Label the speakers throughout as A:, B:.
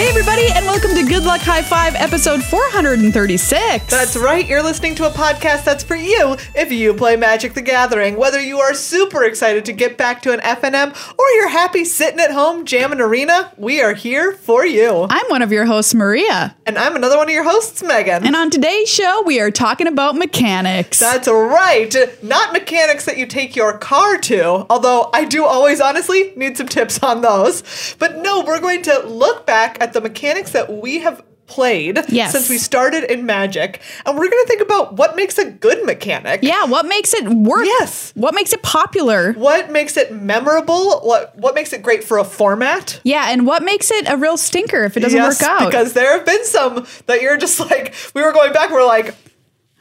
A: everybody, and welcome to Good Luck High Five, episode 436.
B: That's right, you're listening to a podcast that's for you if you play Magic the Gathering. Whether you are super excited to get back to an FNM or you're happy sitting at home jamming arena, we are here for you.
A: I'm one of your hosts, Maria.
B: And I'm another one of your hosts, Megan.
A: And on today's show, we are talking about mechanics.
B: That's right. Not mechanics that you take your car to, although I do always honestly need some tips on those. But no, we're going to look back at the mechanics that we have played
A: Yes.
B: since we started in Magic, and we're going to think about what makes a good mechanic.
A: yeah, what makes it work?
B: Yes.
A: What makes it popular?
B: What makes it memorable? What what makes it great for a format?
A: Yeah, and what makes it a real stinker if it doesn't
B: Yes,
A: work out?
B: because there have been some that you're just like we were going back. We're like,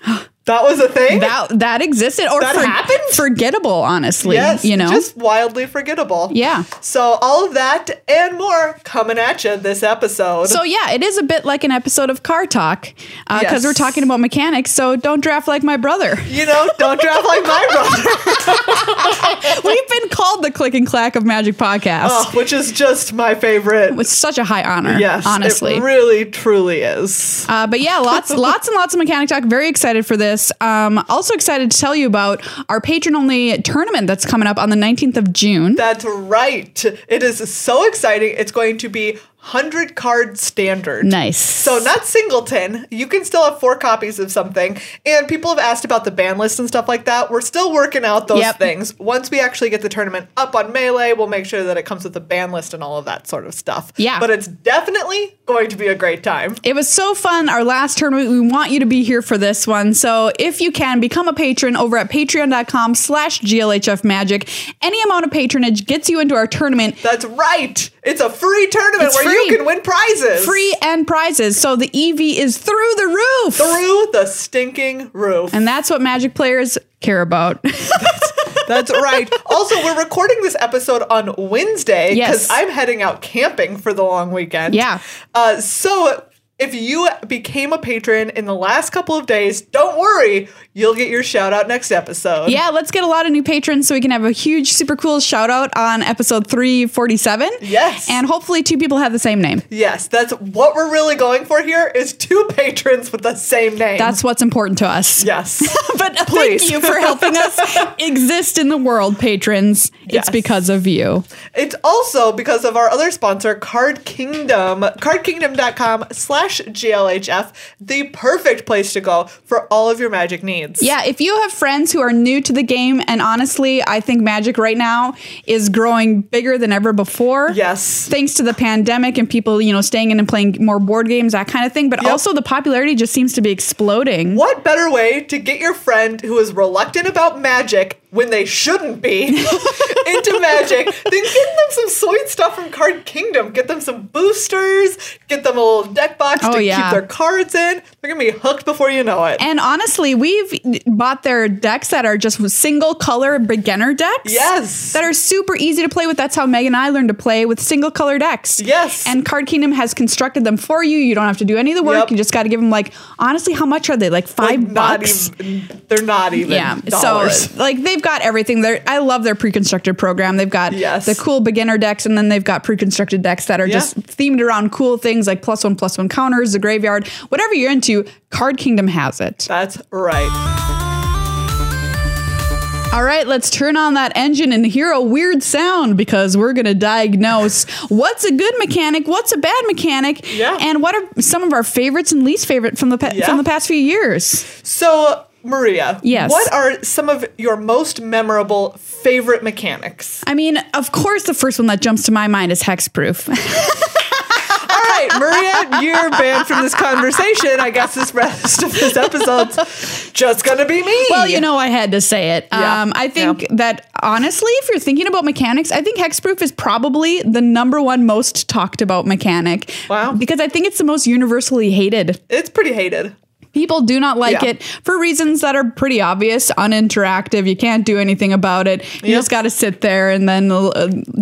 B: that was a thing.
A: that that existed or
B: That happened?
A: forgettable, honestly.
B: Yes,
A: you know?
B: just wildly forgettable.
A: Yeah.
B: So all of that and more coming at you this episode.
A: so yeah, it is a bit like an episode of Car Talk because
B: Yes.
A: we're talking about mechanics. So don't draft like my brother.
B: you know, don't draft like my brother,
A: We've been called the click and clack of magic podcast.
B: oh, which is just my favorite.
A: It's such a high honor.
B: Yes,
A: honestly.
B: it really truly is.
A: uh, but yeah, lots, lots and lots of mechanic talk. Very excited for this. Um, also excited to tell you about our patron only tournament that's coming up on the 19th of June.
B: That's right. It is so exciting. It's going to be 100 card standard.
A: nice.
B: So not singleton. You can still have four copies of something. And people have asked about the ban list and stuff like that. We're still working out those
A: Yep.
B: things. Once we actually get the tournament up on Melee, we'll make sure that it comes with a ban list and all of that sort of stuff.
A: Yeah.
B: But it's definitely going to be a great time.
A: It was so fun. Our last tournament. We want you to be here for this one. So if you can become a patron over at patreon.com slash GLHF magic, any amount of patronage gets you into our tournament
B: That's right. It's a free tournament
A: It's
B: where
A: free.
B: you can win prizes.
A: free and prizes. So the EV is through the roof.
B: Through the stinking roof.
A: And that's what magic players care about.
B: That's right. Also, we're recording this episode on Wednesday
A: Yes.
B: because I'm heading out camping for the long weekend.
A: Yeah.
B: Uh, so if you became a patron in the last couple of days, don't worry, you'll get your shout out next episode.
A: yeah, let's get a lot of new patrons so we can have a huge, super cool shout out on episode 347.
B: Yes.
A: And hopefully, two people have the same name.
B: Yes, that's what we're really going for here is two patrons with the same name.
A: That's what's important to us.
B: yes.
A: But uh,
B: Please.
A: thank you for helping us exist in the world, patrons. It's
B: Yes.
A: because of you.
B: It's also because of our other sponsor, Card Kingdom. Cardkingdom.com slash GLHF, the perfect place to go for all of your magic needs.
A: Yeah, if you have friends who are new to the game, and honestly, I think Magic right now is growing bigger than ever before.
B: Yes.
A: Thanks to the pandemic and people, you know, staying in and playing more board games, that kind of thing. But
B: Yep.
A: also the popularity just seems to be exploding.
B: What better way to get your friend who is reluctant about magic when they shouldn't be into magic than getting them some sweet stuff from Card Kingdom? Get them some boosters, get them a little deck box
A: Oh,
B: to
A: yeah.
B: keep their cards in. They're gonna be hooked before you know it.
A: And honestly, we've bought their decks that are just single color beginner decks.
B: Yes.
A: That are super easy to play with. That's how Meg and I learned to play with single color decks.
B: Yes.
A: And Card Kingdom has constructed them for you. You don't have to do any of the work.
B: Yep.
A: You just got to give them, like, honestly, how much are they? Like
B: Like,
A: five
B: not
A: bucks?
B: even they're not even
A: yeah.
B: dollars.
A: So, like, they've got everything. They're, I love their pre constructed program. They've got
B: Yes.
A: the cool beginner decks, and then they've got pre constructed decks that are
B: Yeah.
A: just themed around cool things like plus one, plus one counters, the graveyard, whatever you're into. Card Kingdom has it.
B: That's right.
A: All right, let's turn on that engine and hear a weird sound because we're going to diagnose what's a good mechanic, what's a bad mechanic,
B: Yeah.
A: and what are some of our favorites and least favorite from the pa-
B: Yeah.
A: from the past few years.
B: So Maria,
A: Yes.
B: what are some of your most memorable favorite mechanics?
A: I mean, of course, the first one that jumps to my mind is hexproof.
B: All right, Maria, you're banned from this conversation. I guess this rest of this episode's just gonna be me.
A: well, you know, I had to say it.
B: Yeah.
A: Um, I think
B: Yeah.
A: that honestly, if you're thinking about mechanics, I think hexproof is probably the number one most talked about mechanic.
B: Wow.
A: because I think it's the most universally hated.
B: it's pretty hated.
A: People do not like
B: Yeah.
A: it for reasons that are pretty obvious, uninteractive. You can't do anything about it. You
B: Yeah.
A: just got to sit there and then uh,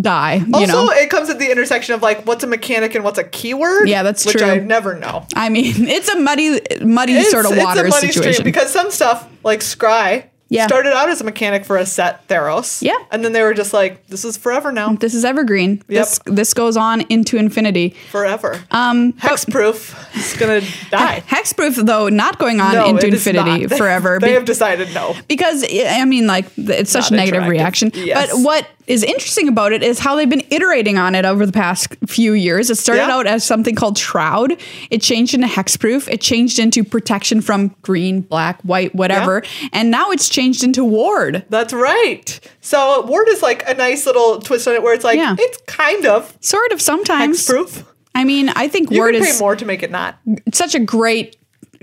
A: die.
B: Also,
A: you know.
B: it comes at the intersection of like what's a mechanic and what's a keyword.
A: Yeah, that's
B: which
A: true.
B: I never know.
A: I mean, it's a muddy, muddy sort of water
B: it's a muddy
A: situation.
B: stream because some stuff like scry.
A: Yeah.
B: Started out as a mechanic for a set Theros.
A: Yeah. Mm.
B: And then they were just like, this is forever now.
A: This is evergreen.
B: Yep.
A: This this goes on into infinity.
B: Forever.
A: Um, but-
B: Hexproof is going to die.
A: Hexproof though not going on
B: No,
A: into
B: it is
A: infinity
B: not.
A: forever.
B: they
A: be-
B: have decided no.
A: because I mean, like th- it's such
B: Not
A: a negative
B: interactive.
A: reaction.
B: Yes.
A: But what is interesting about it is how they've been iterating on it over the past few years. It started
B: Yeah.
A: out as something called Shroud. It changed into Hexproof. It changed into protection from green, black, white, whatever. And now it's changed into Ward.
B: That's right. So Ward is like a nice little twist on it where it's like,
A: Yeah.
B: it's kind of
A: Sort of sometimes.
B: hexproof.
A: I mean, I think
B: You
A: Ward
B: can pay
A: is
B: more to make it not.
A: such a great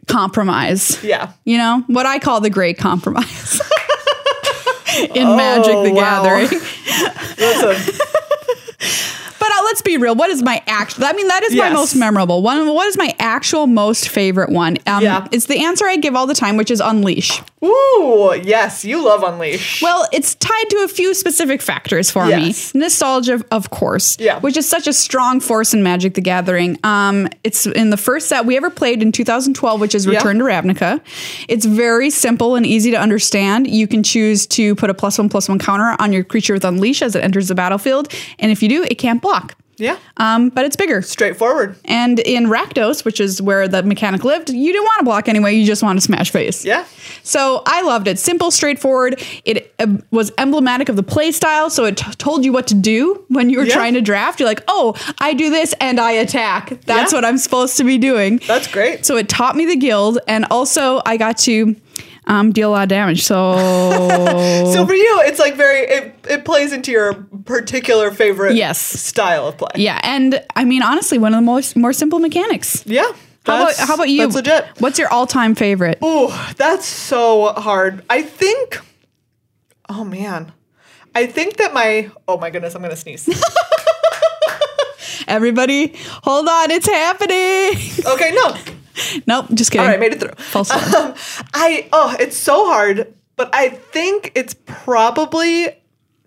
A: compromise.
B: Yeah.
A: You know, what I call the great compromise. In Magic the
B: Oh, wow.
A: Gathering.
B: That's a-
A: But uh, let's be real. What is my actual? I mean, that is my
B: Yes.
A: most memorable one. What is my actual most favorite one? Um,
B: Yeah.
A: It's the answer I give all the time, which is unleash.
B: ooh, yes, you love Unleash.
A: Well, it's tied to a few specific factors for
B: Yes.
A: me. Nostalgia, of course,
B: Yeah.
A: which is such a strong force in Magic: The Gathering. Um, it's in the first set we ever played in 2012, which is
B: Yeah.
A: Return to Ravnica. It's very simple and easy to understand. You can choose to put a plus one plus one counter on your creature with Unleash as it enters the battlefield, and if you do, it can't block.
B: yeah.
A: Um, but it's bigger.
B: Straightforward.
A: And in Rakdos, which is where the mechanic lived, you didn't want to block anyway. You just want to smash face.
B: Yeah.
A: So I loved it. Simple, straightforward. It uh, was emblematic of the play style. So it t- told you what to do when you were
B: Yeah.
A: trying to draft. You're like, oh, I do this and I attack. That's
B: Yeah.
A: what I'm supposed to be doing.
B: That's great.
A: So it taught me the guild. And also, I got to um, deal a lot of damage. So.
B: So for you, it's like very it, it plays into your particular favorite
A: Yes.
B: style of play.
A: Yeah, and I mean honestly, one of the most more simple mechanics.
B: Yeah.
A: How about
B: that's-
A: how about you?
B: That's legit.
A: What's your all-time favorite?
B: Oh, that's so hard. I think Oh man. I think that my oh my goodness, I'm gonna sneeze.
A: Everybody, hold on, it's happening.
B: okay, no.
A: nope, just kidding.
B: All right, made it through.
A: False alarm.
B: Um, I oh, it's so hard, but I think it's probably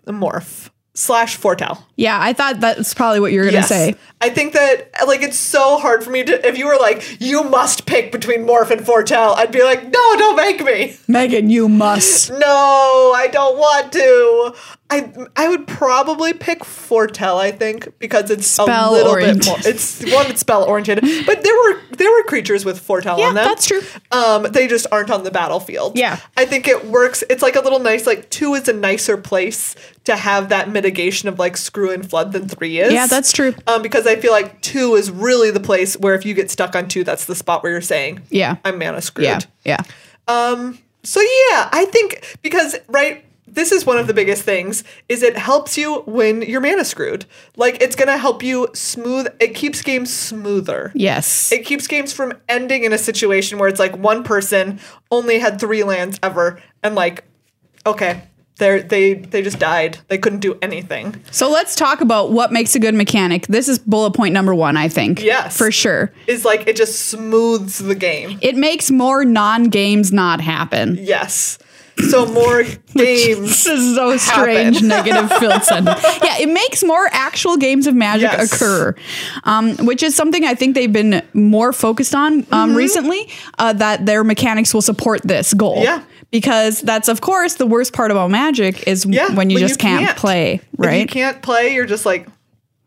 B: morph slash fortel.
A: yeah, I thought that's probably what you were gonna say.
B: I think that like it's so hard for me to if you were like, you must pick between Morph and Fortel, I'd be like, no, don't make me.
A: Megan, you must.
B: No, I don't want to. I I would probably pick Fortel, I think, because it's
A: Spell
B: a little
A: oriented.
B: bit more it's one it's spell oriented. But there were there were creatures with Fortel
A: Yeah,
B: on them.
A: that's true.
B: Um they just aren't on the battlefield.
A: Yeah.
B: I think it works. It's like a little nice like two is a nicer place to have that mitigation of like screw and flood than three is.
A: Yeah, that's true.
B: Um, because I feel like two is really the place where if you get stuck on two, that's the spot where you're saying,
A: Yeah.
B: I'm mana screwed."
A: Yeah, yeah.
B: So yeah, I think because right, this is one of the biggest things is it helps you when your mana screwed. Like it's gonna help you smooth. It keeps games smoother.
A: Yes.
B: It keeps games from ending in a situation where it's like one person only had three lands ever, and like, okay, they they they just died. They couldn't do anything.
A: so let's talk about what makes a good mechanic. This is bullet point number one, I think.
B: Yes.
A: For sure.
B: Is like it just smooths the game.
A: It makes more non-games not happen.
B: Yes. So more games.
A: This is so strange, negative filled sentence. Yeah, it makes more actual games of magic
B: Yes.
A: occur, um, which is something I think they've been more focused on um,
B: Mm-hmm.
A: recently. Uh, that their mechanics will support this goal.
B: Yeah.
A: because that's of course the worst part about magic is
B: Yeah,
A: when you just can't, play.
B: If you
A: Right,
B: can't play, you're just like,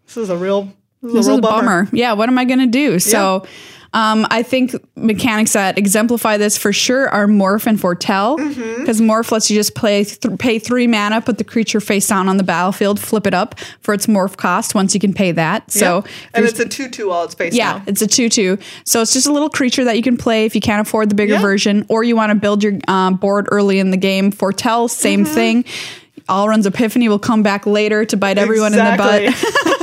B: this is a real, this is
A: this
B: a
A: is
B: real
A: a
B: bummer.
A: bummer. Yeah, what am I going to do? So. Um, I think mechanics that exemplify this for sure are morph and foretell because morph lets you just play th- pay three mana, put the creature face down on the battlefield, flip it up for its morph cost. Once you can pay that, so
B: Yeah. and it's a two-two all its face
A: yeah,
B: now.
A: it's a two-two. So it's just a little creature that you can play if you can't afford the bigger
B: Yeah.
A: version, or you want to build your um, board early in the game. Foretell, same thing. Allrun's Epiphany will come back later to bite everyone in the butt.
B: butt.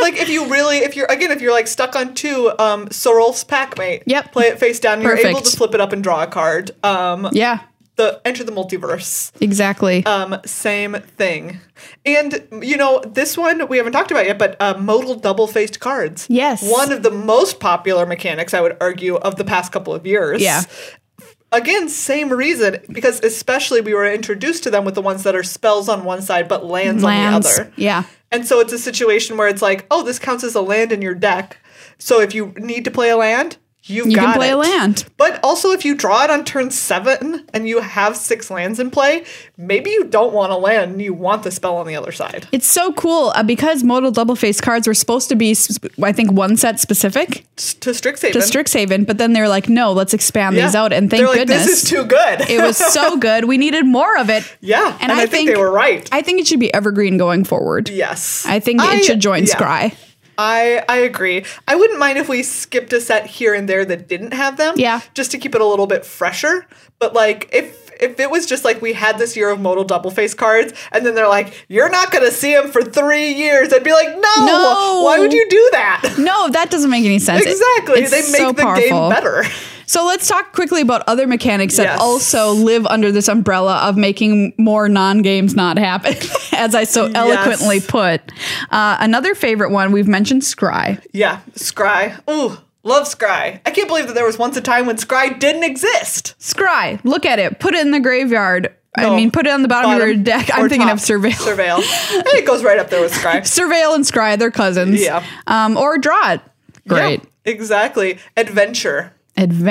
B: like if you really, if you're again, if you're like stuck on two, um, Sorolf's Packmate.
A: Yep.
B: Play it face down. and You're able
A: Perfect.
B: to flip it up and draw a card. Um,
A: Yeah,
B: the enter the multiverse.
A: exactly.
B: Um, same thing. And you know, this one we haven't talked about yet, but uh, modal double-faced cards.
A: Yes.
B: One of the most popular mechanics, I would argue, of the past couple of years.
A: Yeah.
B: Again, same reason, because especially we were introduced to them with the ones that are spells on one side but lands, on
A: Lands.
B: the other.
A: Yeah.
B: And so it's a situation where it's like, oh, this counts as a land in your deck. So if you need to play a land, You've
A: You can
B: got
A: play
B: it.
A: a land.
B: But also, if you draw it on turn seven and you have six lands in play, maybe you don't want a land and you want the spell on the other side.
A: It's so cool uh, because modal double face cards were supposed to be, sp- I think, one set specific
B: S- To Strixhaven.
A: to Strixhaven, but then they're like, no, let's expand
B: Yeah.
A: these out. And thank
B: They're like,
A: goodness.
B: This is too good.
A: it was so good. We needed more of it.
B: yeah. And, I, think, they were right.
A: I think it should be evergreen going forward.
B: yes.
A: I think it should join
B: yeah.
A: Scry.
B: I, I agree. I wouldn't mind if we skipped a set here and there that didn't have them.
A: Yeah.
B: Just to keep it a little bit fresher. But like if if it was just like we had this year of modal double face cards and then they're like, you're not gonna see them for three years, I'd be like, no,
A: No.
B: why would you do that?
A: No, that doesn't make any sense. It-
B: exactly.
A: it's
B: They make
A: so
B: the
A: powerful.
B: game better.
A: So let's talk quickly about other mechanics that
B: Yes.
A: also live under this umbrella of making more non-games not happen, as I so eloquently
B: Yes.
A: put. Uh, another favorite one we've mentioned, Scry.
B: Yeah. Scry. Ooh, love Scry. I can't believe that there was once a time when Scry didn't exist.
A: Scry, look at it. Put it in the graveyard. I
B: No.
A: mean, put it on the bottom, of your
B: Bottom
A: deck.
B: or
A: I'm thinking
B: top.
A: of surveil.
B: Surveil. I think it goes right up there with Scry.
A: surveil and scry they're cousins
B: Yeah.
A: um or draw it great
B: Yeah, exactly. Adventure.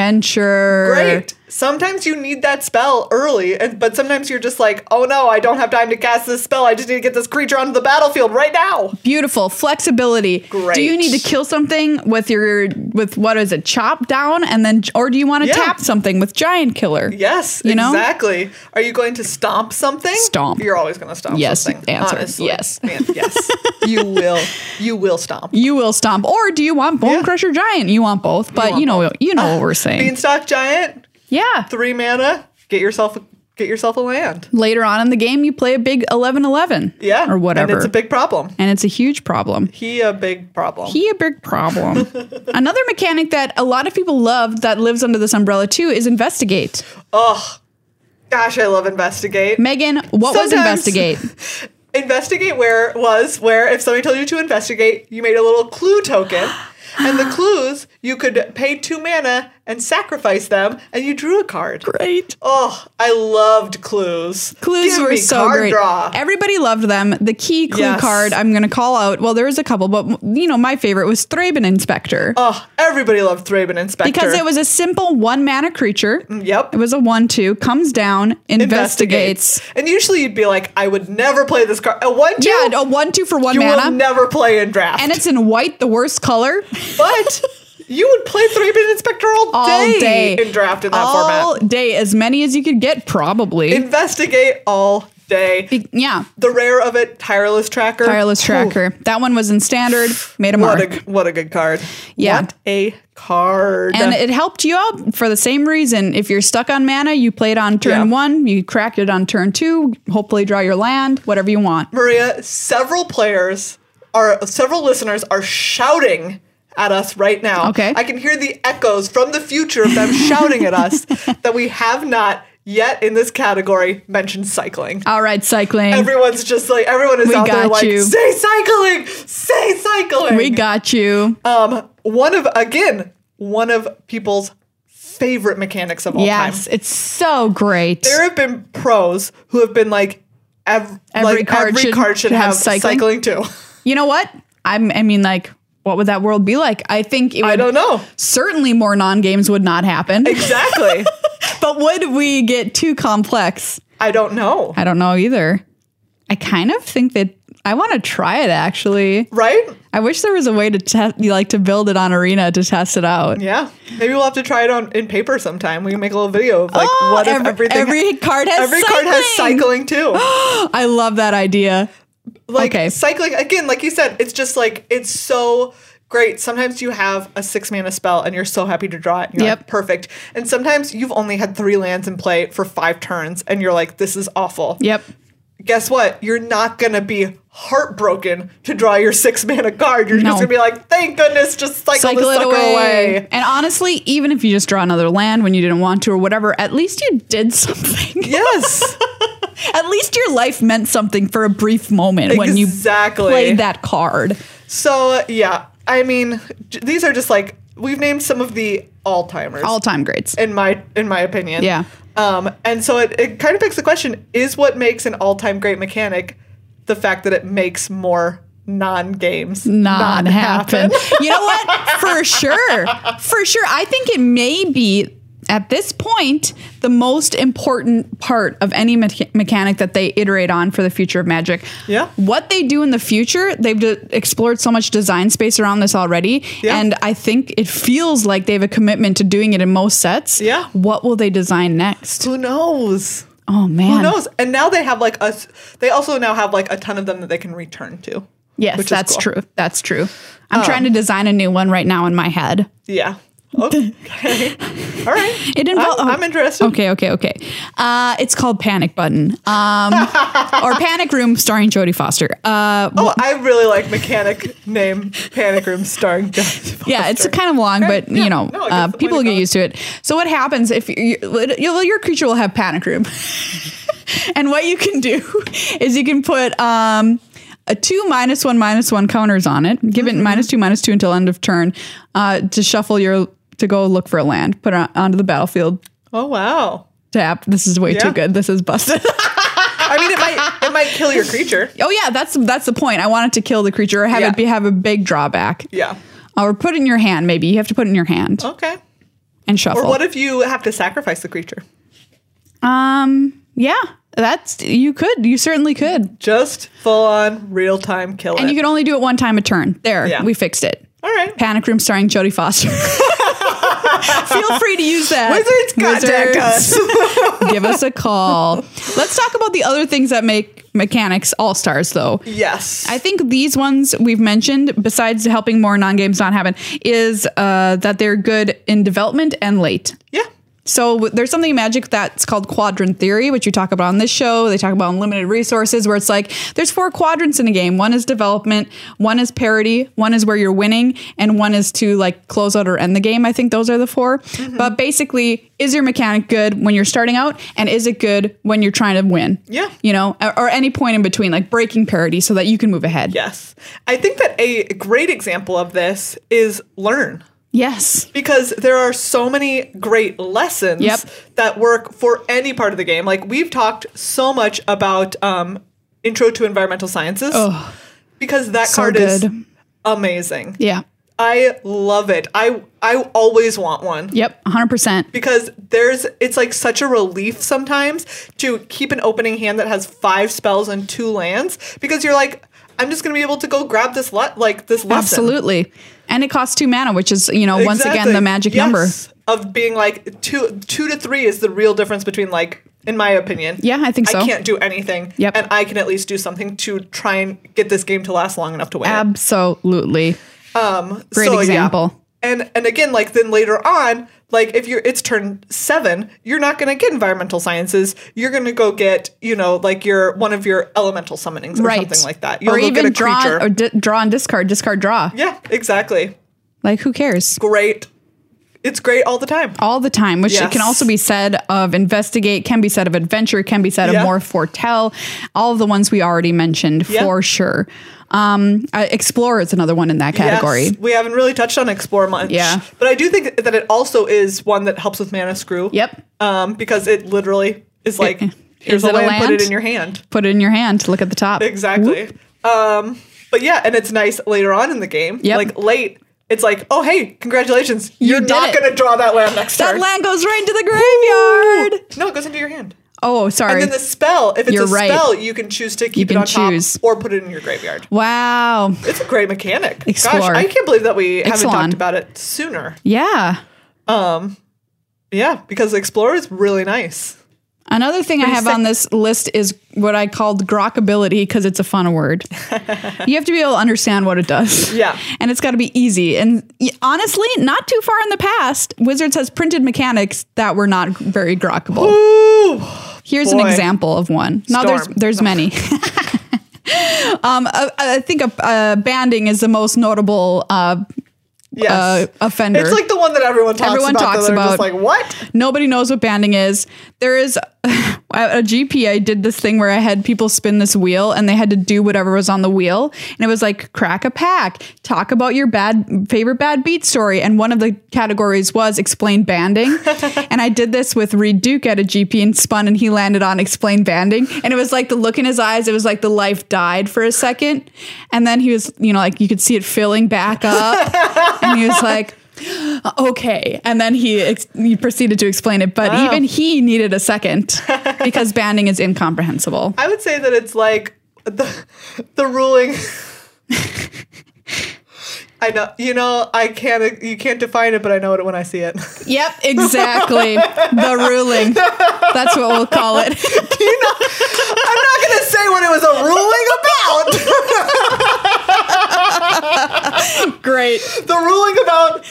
A: adventure
B: Great. Sometimes you need that spell early, and but sometimes you're just like, oh no, I don't have time to cast this spell. I just need to get this creature onto the battlefield right now.
A: beautiful flexibility do you
B: Great.
A: need to kill something with your with what is it chop down and then or do you want to
B: Yeah.
A: tap something with giant killer
B: Yes,
A: You know?
B: exactly. Are you going to stomp something?
A: Stomp.
B: You're always going to stomp
A: Yes,
B: something.
A: answer.
B: Honestly.
A: Yes.
B: Man, yes. you will. You will stomp.
A: you will stomp or do you want bone
B: Yeah.
A: crusher giant you want both but you,
B: want
A: know
B: both. Ah,
A: you know what we're saying
B: Beanstalk giant,
A: yeah
B: three mana. Get yourself get yourself a land.
A: later on in the game you play a big 11 11
B: Yeah,
A: or whatever
B: And it's a big problem.
A: and it's a huge problem
B: He a big problem.
A: he a big problem. Another mechanic that a lot of people love that lives under this umbrella too is investigate.
B: oh, gosh, I love investigate.
A: Megan, what was
B: Sometimes-
A: investigate?
B: investigate where was where if somebody told you to investigate, you made a little clue token. And the clues, you could pay two mana and sacrifice them, and you drew a card.
A: Great.
B: Oh, I loved clues.
A: Clues
B: Give
A: were
B: me
A: so
B: card
A: great.
B: Draw.
A: Everybody loved them. The key clue
B: Yes.
A: card I'm going to call out. Well, there was a couple, but you know my favorite was Thraben Inspector
B: Oh, everybody loved Thraben Inspector.
A: because it was a simple one mana creature.
B: Yep.
A: It was a one two. Comes down, investigates.
B: And usually you'd be like, I would never play this card. A one two
A: Yeah, a one two for one
B: you
A: mana,
B: will never play in draft.
A: and it's in white, the worst color.
B: but you would play Thraben Inspector all,
A: all day,
B: in draft in that
A: all
B: format.
A: day, as many as you could get, probably.
B: Investigate all day.
A: Be- yeah,
B: the rare of it, tireless tracker.
A: wireless
B: Ooh,
A: tracker. That one was in standard, made a
B: What
A: mark,
B: a g- what a good card.
A: Yeah.
B: What a card.
A: and it helped you out for the same reason. If you're stuck on mana, you play it on turn
B: Yeah.
A: one, you crack it on turn two, hopefully draw your land, whatever you want.
B: Maria, several players are several listeners are shouting at us right now.
A: Okay.
B: I can hear the echoes from the future of them shouting at us that we have not yet in this category mentioned cycling.
A: All right, cycling.
B: Everyone's just like everyone is
A: We
B: out there
A: got
B: like
A: you.
B: say cycling, say cycling.
A: we got you.
B: um one of again one of people's favorite mechanics of all time.
A: yes, it's so great.
B: there have been pros who have been like, ev-
A: Every
B: like
A: card
B: every
A: should
B: card should
A: have
B: have,
A: cycling?
B: cycling? too.
A: you know what? I'm, I mean, like, what would that world be like? I think it would.
B: I don't know.
A: Certainly, more non games would not happen.
B: Exactly.
A: But would we get too complex?
B: I don't know.
A: I don't know either. I kind of think that I want to try it actually.
B: Right?
A: I wish there was a way to test, like to build it on Arena to test it out.
B: Yeah. Maybe we'll have to try it on in paper sometime. We can make a little video of like
A: Oh,
B: what if
A: every-
B: everything
A: every card has
B: every card has
A: cycling.
B: cycling too.
A: I love that idea.
B: Like
A: Okay.
B: cycling again, like you said, it's just like it's so great. Sometimes you have a six mana spell and you're so happy to draw it. And you're
A: Yep.
B: like, perfect. And sometimes you've only had three lands in play for five turns and you're like, this is awful.
A: Yep.
B: guess what? You're not gonna be heartbroken to draw your six mana card. You're
A: No.
B: just gonna be like, thank goodness, just cycle,
A: Cycle
B: this
A: it
B: sucker
A: away.
B: away.
A: And honestly, even if you just draw another land when you didn't want to or whatever, at least you did something.
B: Yes,
A: at least your life meant something for a brief moment when you
B: exactly.
A: played that card.
B: So yeah, I mean, j- these are just like we've named some of the all timers
A: All time grades.
B: in my in my opinion.
A: Yeah.
B: Um, and so it, it kind of begs the question: Is what makes an all time great mechanic the fact that it makes more non games
A: not, happen. you know what? For sure. For sure. I think it may be at this point the most important part of any mecha- mechanic that they iterate on for the future of magic.
B: Yeah.
A: What they do in the future, they've de- explored so much design space around this already
B: Yeah.
A: and I think it feels like they have a commitment to doing it in most sets.
B: Yeah.
A: What will they design next?
B: Who knows?
A: Oh man.
B: Who knows? And now they have like a. s- They also now have like a ton of them that they can return to.
A: Yes,
B: which is
A: that's
B: cool. Um,
A: true. That's true. I'm trying to design a new one right now in my head.
B: Yeah. Okay. All right.
A: It involves.
B: I'm, I'm interested.
A: Okay, okay, okay. Uh, it's called Panic Button um, or Panic Room, starring Jodie Foster. Uh,
B: Oh, I really like mechanic name Panic Room starring Josh.
A: yeah, it's kind of long, but
B: yeah.
A: you know,
B: No, I guess
A: uh,
B: the point
A: people
B: of
A: get
B: going.
A: used to it. So what happens if you, you, you- your creature will have Panic Room, and what you can do is you can put. Um, a two minus one minus one counters on it. Give
B: Mm-hmm.
A: it minus two minus two until end of turn uh, to shuffle your to go look for a land. Put it on, onto the battlefield.
B: Oh wow.
A: Tap. This is way
B: Yeah.
A: too good. This is busted.
B: I mean, it might it might kill your creature.
A: Oh yeah, that's that's the point. I wanted to kill the creature or have
B: Yeah.
A: it be, have a big drawback. Uh,
B: Yeah.
A: Or put it in your hand, maybe. You have to put it in your hand
B: Okay.
A: and
B: Or
A: shuffle.
B: what if you have to sacrifice the creature?
A: um yeah. That's you could. You certainly could.
B: Just full on real time kill
A: And
B: it.
A: you could only do it one time a turn. There,
B: Yeah.
A: we fixed it.
B: All right.
A: Panic Room starring Jodie Foster. Feel free to use that.
B: Wizards contact us.
A: Give us a call. Let's talk about the other things that make mechanics all stars though.
B: yes.
A: I think these ones we've mentioned, besides helping more non games not happen, is uh, that they're good in development and late.
B: yeah.
A: So w- there's something in magic that's called quadrant theory, which you talk about on this show. They talk about unlimited resources, where it's like there's four quadrants in a game. One is development, one is parity, one is where you're winning, and one is to like close out or end the game. I think those are the 4 But basically, is your mechanic good when you're starting out, and is it good when you're trying to win?
B: Yeah.
A: you know, or, or any point in between, like breaking parity so that you can move ahead.
B: Yes. I think that a great example of this is learn.
A: Yes.
B: because there are so many great lessons
A: Yep.
B: that work for any part of the game. Like we've talked so much about um, Intro to Environmental Sciences because that
A: So
B: card is
A: good.
B: amazing.
A: Yeah.
B: I love it. I I always want one
A: Yep. 100%.
B: because there's it's like such a relief sometimes to keep an opening hand that has five spells and two lands because you're like I'm just going to be able to go grab this le- like this lesson.
A: Absolutely. And it costs two mana, which is, you know, once again,
B: Exactly.
A: the magic
B: Yes.
A: number.
B: of being like two two to three is the real difference between like in my opinion
A: Yeah, I think so.
B: i can't do anything
A: Yep.
B: and i can at least do something to try and get this game to last long enough to win it.
A: Absolutely.
B: um
A: great
B: so, yeah.
A: example.
B: and and again like then later on like if you're it's turn seven you're not going to get environmental sciences you're going to go get you know like your one of your elemental summonings or
A: right.
B: something like that
A: or
B: go get
A: even draw
B: creature.
A: or di- draw and discard, discard, draw.
B: yeah exactly
A: Like, who cares?
B: great it's great all the time
A: All the time, which it
B: Yes.
A: can also be said of investigate, can be said of adventure, can be said
B: Yeah.
A: of more foretell, all of the ones we already mentioned
B: Yeah.
A: for sure. Um, uh, explore is another one in that
B: Yes,
A: category.
B: we haven't really touched on explore much.
A: Yeah.
B: But I do think that it also is one that helps with mana screw.
A: Yep.
B: Um, because it literally is like
A: Is
B: here's
A: it
B: a
A: a
B: land, put
A: land?
B: it in your hand.
A: Put it in your hand. Look at the top.
B: Exactly. Um, but yeah, and it's nice later on in the game.
A: Yep.
B: Like late, it's like, oh hey, congratulations.
A: You
B: You're
A: did
B: not
A: it.
B: gonna draw that land next
A: That
B: turn.
A: land goes right into the graveyard.
B: no, it goes into your hand.
A: Oh, sorry.
B: And then the spell, if it's
A: You're
B: a
A: right.
B: spell, you can choose to keep
A: can
B: it on
A: choose.
B: top or put it in your graveyard.
A: wow.
B: It's a great mechanic. Gosh,
A: Explore.
B: I can't believe that we haven't
A: Ixalan.
B: talked about it sooner.
A: Yeah.
B: Yeah, because Explorer is really nice.
A: Another thing I have
B: sick.
A: on this list is what I called grockability because it's a fun word. you have to be able to understand what it does.
B: Yeah.
A: And it's got to be easy. And y- honestly, not too far in the past, Wizards has printed mechanics that were not very grockable.
B: Ooh.
A: Here's an
B: boy.
A: example of one. No, there's
B: Storm.
A: there's many. um, I, I think a, uh banding is the most notable uh,
B: Yes.
A: uh, offender.
B: it's like the one that everyone talks
A: Everyone
B: about.
A: talks
B: that they're
A: about-
B: Just like what?
A: Nobody knows what banding is. There is a GP. I did this thing where I had people spin this wheel and they had to do whatever was on the wheel. And it was like crack a pack, talk about your bad favorite bad beat story. And one of the categories was explain banding. and And I did this with Reed Duke at a GP and spun, and he landed on explain banding. And it was like the look in his eyes, it was like the life died for a second. And then he was, you know, like you could see it filling back up. and he was like, okay. And then he, ex- he proceeded to explain it. But even he needed a second because banding is incomprehensible.
B: I would say that it's like the the ruling. I know you know I can't you can't define it, but I know it when I see it.
A: Yep, exactly. the ruling. That's what we'll call it.
B: you know, I'm not gonna say what it was a ruling about.
A: Great.
B: the ruling about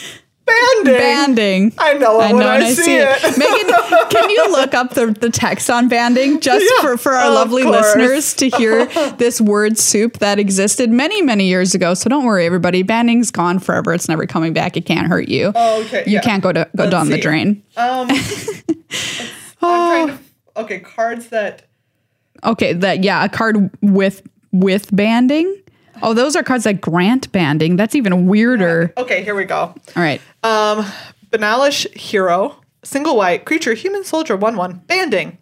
B: banding.
A: Banding.
B: I know it when I, see, it.
A: Megan, can you look up the, the text on banding just
B: Yeah,
A: for, for our
B: of
A: lovely
B: course.
A: listeners to hear this word soup that existed many, many years ago? So don't worry, everybody. Banding's gone forever. It's never coming back. It can't hurt you.
B: Okay,
A: You
B: yeah.
A: can't go, to, go
B: Let's
A: down the
B: see.
A: drain.
B: Um, I'm trying to, okay, cards that
A: Okay, that yeah, a card with with banding. Oh, those are cards that grant banding. That's even weirder.
B: Okay, here we go.
A: All right.
B: Um, Banalish Hero, single white, creature, human soldier, 1 1, banding.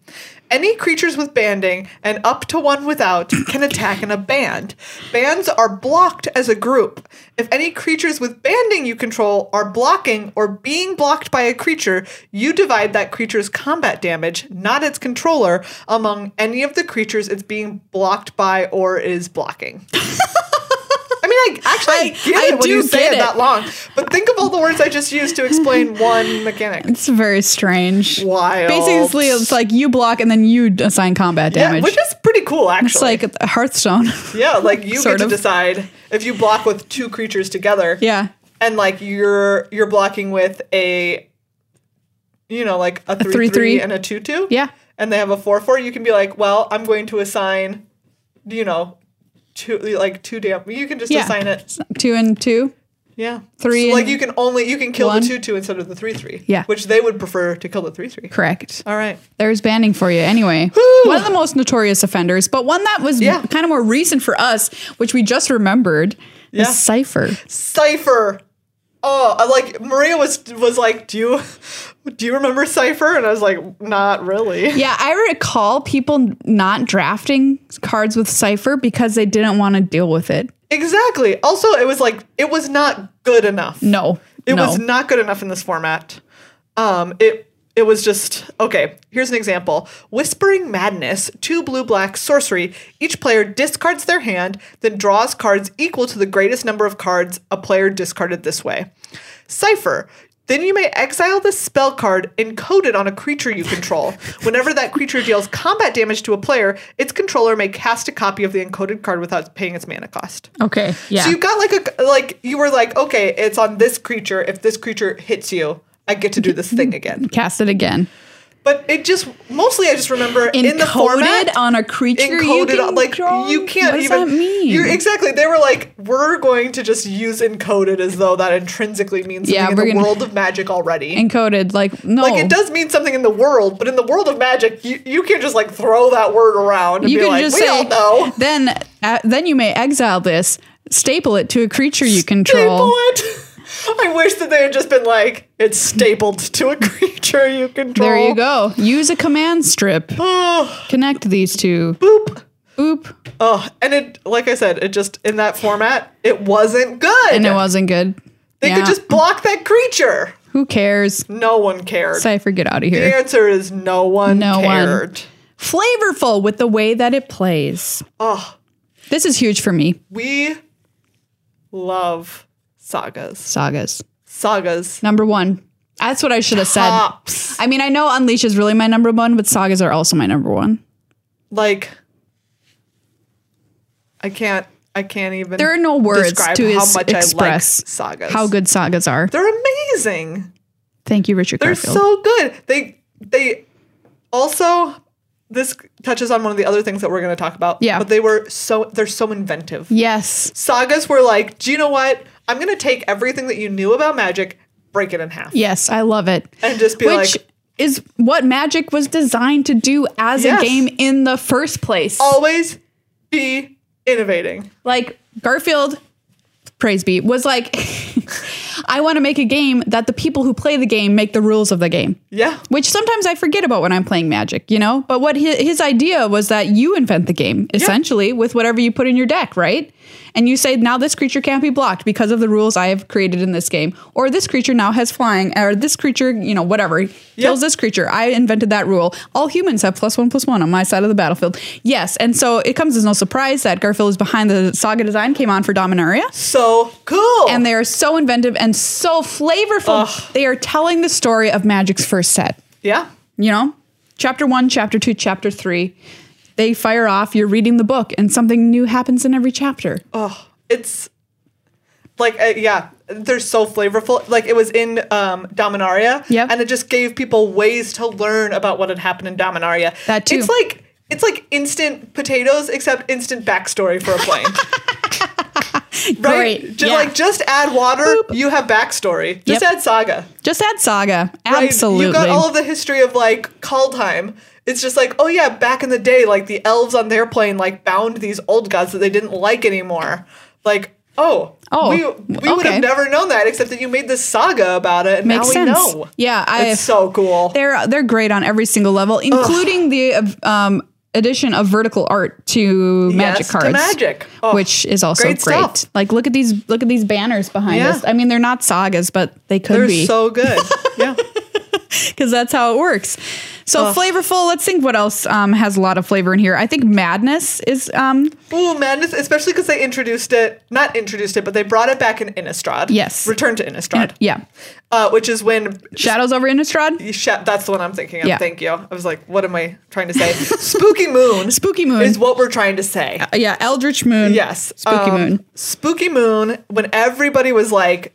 B: Any creatures with banding and up to one without can attack in a band. Bands are blocked as a group. If any creatures with banding you control are blocking or being blocked by a creature, you divide that creature's combat damage, not its controller, among any of the creatures it's being blocked by or is blocking. I mean, I actually I, get
A: I
B: it when
A: do
B: you say
A: get
B: it,
A: it.
B: that long. But think of all the words I just used to explain one mechanic.
A: It's very strange.
B: Wild.
A: Basically, it's like you block and then you assign combat
B: Yeah,
A: damage.
B: which is pretty cool, actually.
A: it's like Hearthstone.
B: yeah, like you
A: sort
B: get to
A: of.
B: decide if you block with two creatures together.
A: yeah.
B: and like you're you're blocking with a, you know, like a three three,
A: three.
B: and a two two.
A: Yeah.
B: and they have a four four. You can be like, well, I'm going to assign, you know, two like two damn. You can just
A: Yeah.
B: assign it.
A: Two and two.
B: Yeah,
A: Three
B: So, like
A: and
B: you can only you can kill
A: one.
B: the two two instead of the three three.
A: Yeah.
B: which they would prefer to kill the three three.
A: Correct.
B: All right.
A: There's banning for you anyway.
B: Whew.
A: One of the most notorious offenders, but one that was
B: Yeah.
A: kind of more recent for us, which we just remembered,
B: Yeah.
A: is Cypher.
B: Cipher. Oh, I like Maria was was like, "Do you do you remember Cipher?" And I was like, "Not really."
A: Yeah, I recall people not drafting cards with Cypher because they didn't want to deal with it.
B: Exactly. Also, it was like it was not good enough.
A: No.
B: It
A: no.
B: was not good enough in this format. Um, it it was just okay. Here's an example: Whispering Madness, two blue black sorcery. Each player discards their hand, then draws cards equal to the greatest number of cards a player discarded this way. Cipher. Then you may exile this spell card encoded on a creature you control. Whenever that creature deals combat damage to a player, its controller may cast a copy of the encoded card without paying its mana cost.
A: Okay. Yeah.
B: So you got like a like you were like, okay, it's on this creature. If this creature hits you, I get to do this thing again.
A: Cast it again.
B: But it just mostly I just remember in the
A: Encoded
B: format
A: on a creature. you
B: encoded
A: can
B: like
A: draw?
B: you can't
A: What does
B: even
A: that mean?
B: You're exactly. They were like, we're going to just use encoded as though that intrinsically means
A: Yeah,
B: something
A: we're
B: in the
A: gonna- oh.
B: world of magic already.
A: encoded like no
B: like it does mean something in the world, but in the world of magic, you, you can't just like throw that word around and
A: you
B: be
A: can
B: like,
A: just
B: we
A: say
B: all know.
A: then uh, then you may exile this staple it to a creature you
B: staple
A: control
B: it. I wish that they had just been like, it's stapled to a creature you control.
A: there you go use a command strip
B: Oh,
A: connect these two
B: boop.
A: boop
B: Oh, and it, like I said, it just, in that format, it wasn't good.
A: and it wasn't good
B: They
A: Yeah.
B: could just block that creature.
A: who cares
B: No one cared.
A: cypher get out of
B: the
A: here
B: answer is no one
A: No one.
B: cared.
A: flavorful with the way that it plays
B: Oh,
A: this is huge for me
B: we love sagas.
A: sagas
B: Sagas.
A: number one that's what i should have said
B: Pops.
A: i mean i know unleash is really my number one but sagas are also my number one
B: Like, I can't, I can't even.
A: there are no words
B: describe
A: to
B: how
A: es-
B: much
A: express
B: I like sagas.
A: how good sagas are
B: they're amazing.
A: thank you richard
B: They're
A: garfield
B: so good. They they also this touches on one of the other things that we're going to talk about.
A: Yeah.
B: but they were so they're so inventive.
A: yes
B: Sagas were like, do you know what? I'm going to take everything that you knew about magic, break it in half,
A: Yes, I love it.
B: and just be
A: Which
B: like,
A: is what Magic was designed to do as
B: Yes.
A: a game in the first place.
B: always be innovating.
A: Like Garfield, praise be, was like, I want to make a game that the people who play the game make the rules of the game.
B: Yeah.
A: Which sometimes I forget about when I'm playing Magic, you know? But what his, his idea was that you invent the game, essentially, with whatever you put in your deck, right? And you say, now this creature can't be blocked because of the rules I have created in this game. Or this creature now has flying, or this creature, you know, whatever, kills this creature. I invented that rule. All humans have plus one, plus one on my side of the battlefield. Yes. And so it comes as no surprise that Garfield is behind the saga design came on for Dominaria
B: So cool.
A: and they are so inventive and so flavorful.
B: Ugh.
A: They are telling the story of Magic's first set.
B: yeah.
A: You know, chapter one, chapter two, chapter three. They fire off. You're reading the book, and something new happens in every chapter.
B: Oh, it's like uh, yeah, they're so flavorful. Like it was in um, Dominaria,
A: Yep.
B: and it just gave people ways to learn about what had happened in Dominaria.
A: That too.
B: It's like it's like instant potatoes, except instant backstory for a plane. right?
A: Great,
B: Ju-
A: yeah.
B: Like just add water, you have backstory. Just
A: Yep.
B: add saga.
A: Just add saga.
B: Right?
A: Absolutely.
B: You got all of the history of like Kaldheim. It's just like, oh yeah, back in the day, like the elves on their plane like bound these old gods that they didn't like anymore. Like, oh,
A: Oh,
B: we, we would
A: okay.
B: have never known that except that you made this saga about it and
A: Makes
B: now
A: sense.
B: we know.
A: Yeah, I-
B: it's so cool.
A: they're they're great on every single level, including the um, addition of vertical art to magic
B: Yes, to
A: cards.
B: magic. Oh,
A: which is also
B: great
A: great.
B: stuff.
A: Like look at these look at these banners behind
B: Yeah.
A: us. I mean, they're not sagas, but they could
B: They're
A: be.
B: so good. yeah.
A: because that's how it works. So flavorful. Let's think what else um, has a lot of flavor in here. I think madness is. Um,
B: Ooh, madness, especially because they introduced it, not introduced it, but they brought it back in Innistrad.
A: Yes.
B: Return to Innistrad,
A: yeah,
B: uh, which is when
A: shadows over Innistrad.
B: You sha- that's the one I'm thinking of.
A: Yeah.
B: Thank you. I was like, what am I trying to say? Spooky Moon.
A: Spooky Moon.
B: is what we're trying to say.
A: yeah, Eldritch Moon.
B: Yes.
A: Spooky
B: Um,
A: Moon.
B: Spooky Moon, when everybody was like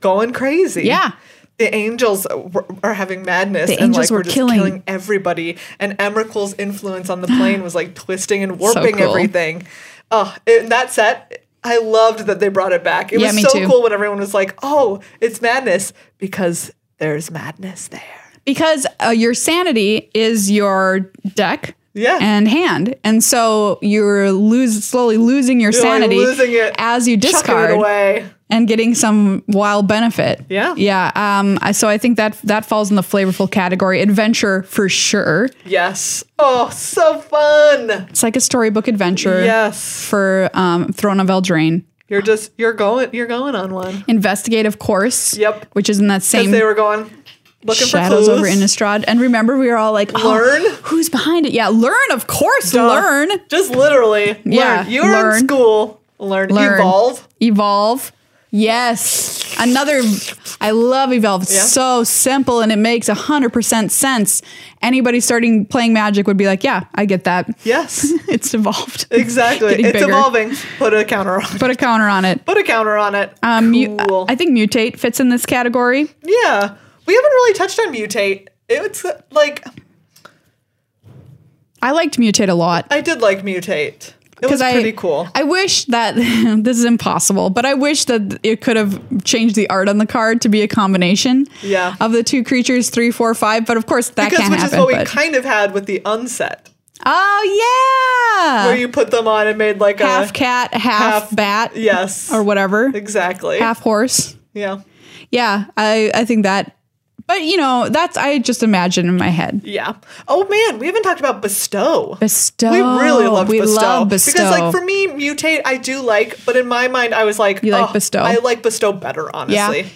B: going crazy.
A: Yeah.
B: The angels were, are having madness.
A: The
B: and
A: angels
B: like,
A: were
B: we're just
A: killing.
B: killing. everybody. And Emrakul's influence on the plane was like twisting and warping
A: cool.
B: everything. Oh, in that set, I loved that they brought it back. It
A: Yeah,
B: was
A: me
B: so
A: too.
B: cool when everyone was like, oh, it's madness because there's madness there.
A: Because uh, your sanity is your deck.
B: Yeah.
A: And hand. And so you're lose slowly losing your
B: You're, like,
A: sanity
B: losing it,
A: as you
B: chucking
A: discard.
B: it away.
A: and getting some wild benefit.
B: Yeah.
A: yeah. Um, I, so I think that that falls in the flavorful category. Adventure for sure.
B: Yes. Oh, so fun.
A: It's like a storybook adventure.
B: Yes.
A: For um, Throne of Eldraine.
B: You're just you're going you're going on one.
A: Investigate, of course.
B: Yep.
A: Which is in that
B: Because
A: same
B: they were going looking
A: shadows
B: for
A: over
B: clues.
A: Innistrad. And remember, we were all like, oh,
B: Learn?
A: who's behind it? Yeah, learn, of course,
B: Duh.
A: learn,
B: Uh, Just literally.
A: Yeah,
B: Learn. You're
A: learn.
B: in school. Learn.
A: learn,
B: Evolve.
A: evolve. Yes, another. I love evolve. It's
B: Yeah.
A: so simple, and it makes hundred percent sense. Anybody starting playing Magic would be like, yeah, I get that.
B: Yes.
A: It's evolved.
B: Exactly.
A: Getting
B: it's
A: bigger.
B: evolving. Put a counter on.
A: Put a counter on it.
B: Put a counter on it.
A: Um, mu-
B: cool.
A: I think mutate fits in this category.
B: yeah. We haven't really touched on mutate. It's uh, like
A: I liked mutate a lot
B: I did like mutate. It was
A: because I
B: pretty cool.
A: I wish that this is impossible, but I wish that it could have changed the art on the card to be a combination.
B: Yeah.
A: of the two creatures, three, four, five. But of course, that
B: because
A: can't
B: which
A: happen.
B: is what we
A: but-
B: kind of had with the unset.
A: oh yeah,
B: where you put them on and made like
A: half
B: a
A: cat, half,
B: half-
A: bat,
B: yes
A: or whatever,
B: exactly
A: half horse.
B: yeah
A: Yeah, I I think that. But you know, that's I just imagine in my head.
B: yeah oh man we haven't talked about bestow
A: Bestow.
B: we really loved
A: Oh, We
B: bestow.
A: love
B: because
A: Bestow.
B: like for me mutate i do like but in my mind i was like
A: You like
B: "Oh,
A: Bestow?"
B: i like bestow better honestly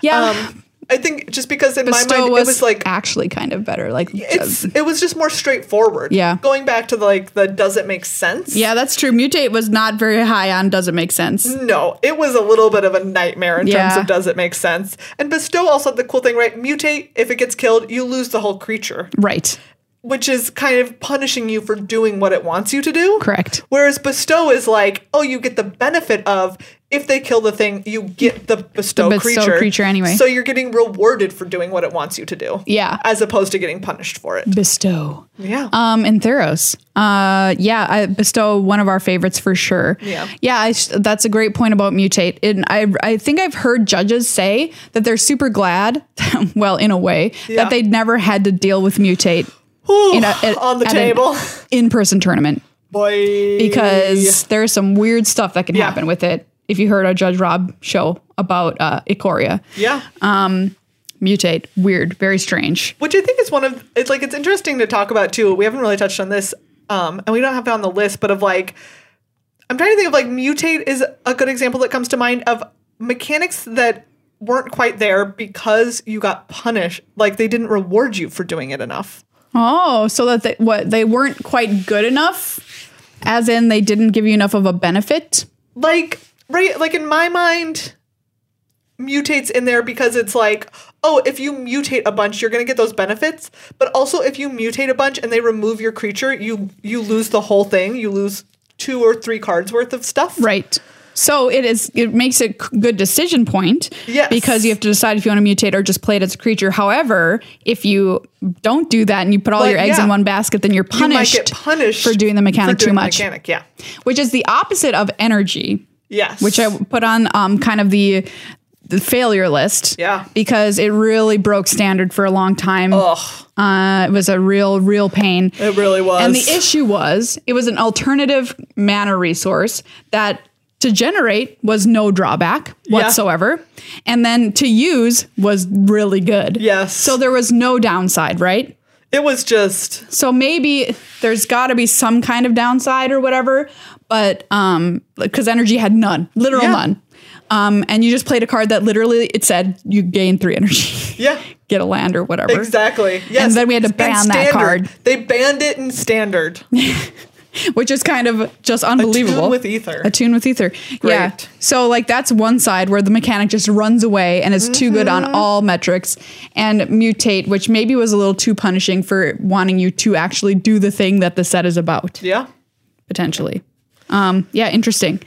A: Yeah.
B: um i think just because in
A: Bestow
B: my mind
A: was,
B: it was like
A: actually kind of better. Like
B: it's it was just more straightforward
A: Yeah.
B: going back to the, like the does it make sense
A: yeah, that's true. Mutate was not very high on. Does it make sense?
B: no, it was a little bit of a nightmare in terms
A: Yeah.
B: of does it make sense. And bestow also had the cool thing, right? Mutate, if it gets killed, you lose the whole creature.
A: Right.
B: which is kind of punishing you for doing what it wants you to do.
A: Correct.
B: Whereas bestow is like, oh, you get the benefit of if they kill the thing, you get the bestow,
A: The bestow
B: creature.
A: creature anyway.
B: So you're getting rewarded for doing what it wants you to do.
A: Yeah. Mm.
B: As opposed to getting punished for it.
A: Bestow.
B: Yeah.
A: Um, and Theros. Uh, yeah, I, Bestow, one of our favorites for sure.
B: Yeah.
A: Yeah, I sh- that's a great point about mutate. And I, I think I've heard judges say that they're super glad, well, in a way,
B: Yeah.
A: that they never had to deal with mutate
B: Whew,
A: in a, at-
B: on the
A: at an
B: table.
A: in person tournament
B: Boy.
A: because there's some weird stuff that can
B: Yeah.
A: happen with it. if you heard our Judge Rob show about uh, Ikoria.
B: Yeah.
A: Mutate, weird, very strange.
B: Which I think is one of it's like it's interesting to talk about too. We haven't really touched on this, um, and we don't have it on the list, but of like I'm trying to think of like mutate is a good example that comes to mind of mechanics that weren't quite there because you got punished. Like they didn't reward you for doing it enough.
A: Oh, so that they, what they weren't quite good enough, as in they didn't give you enough of a benefit.
B: Like right, like in my mind, mutates in there because it's like, oh, if you mutate a bunch, you're gonna get those benefits. But also if you mutate a bunch and they remove your creature, you you lose the whole thing. You lose two or three cards worth of stuff.
A: Right. So it is. It makes a c- good decision point.
B: Yes.
A: Because you have to decide if you want to mutate or just play it as a creature. However, if you don't do that and you put all
B: But,
A: your eggs
B: yeah.
A: in one basket, then you're
B: You might
A: punished,
B: get punished
A: for doing the mechanic
B: for
A: too
B: doing the
A: much,
B: Mechanic, yeah.
A: which is the opposite of energy,
B: Yes.
A: which I put on um, kind of the the failure list.
B: Yeah. Oh.
A: Because it really broke standard for a long time.
B: Ugh,
A: Uh, it was a real, real pain.
B: it really was.
A: And the issue was it was an alternative mana resource that to generate was no drawback whatsoever. And then to use was really good.
B: Yes.
A: So there was no downside, right?
B: it was just
A: So maybe there's got to be some kind of downside or whatever, but um because energy had none, literal
B: Yeah.
A: none. Um and you just played a card that literally it said you gain 3 energy.
B: yeah.
A: Get a land or whatever.
B: Exactly. Yes.
A: then we had to
B: In
A: ban that
B: standard.
A: card.
B: They banned it in standard.
A: which is kind of just unbelievable.
B: with ether.
A: A tune with ether. Yeah.
B: Great.
A: So like that's one side where the mechanic just runs away and is too good
B: Mm-hmm.
A: on all metrics and mutate, which maybe was a little too punishing for wanting you to actually do the thing that the set is about
B: Yeah.
A: potentially. Um, yeah, interesting.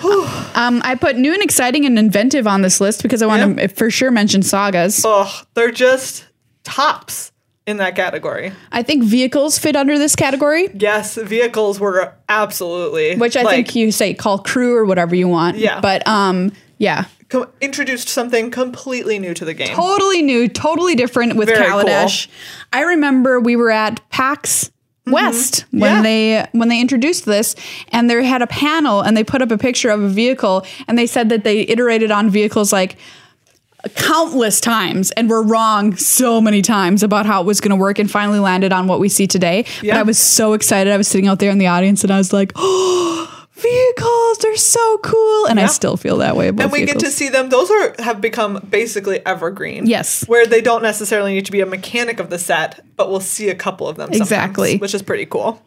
A: um, I put new and exciting and inventive on this list because I want to for sure mention sagas.
B: Ugh, they're just tops in that category.
A: I think vehicles fit under this category.
B: Yes, vehicles were absolutely
A: Which I
B: like,
A: think you say call crew or whatever you want.
B: Yeah.
A: But um, yeah,
B: co- introduced something completely new to the game.
A: totally new, totally different with
B: Very
A: Kaladesh. I remember we were at PAX West when
B: Mm-hmm. Yeah.
A: they when they introduced this and they had a panel and they put up a picture of a vehicle and they said that they iterated on vehicles like countless times and were wrong so many times about how it was going to work and finally landed on what we see today. But
B: Yeah.
A: I was so excited. I was sitting out there in the audience and I was like, "Oh, vehicles, they're so cool." And I
B: Yeah.
A: still feel that way about
B: and we
A: vehicles.
B: get to see them. Those are have become basically evergreen.
A: Yes.
B: where they don't necessarily need to be a mechanic of the set, but we'll see a couple of them. sometimes,
A: Exactly.
B: which is pretty cool.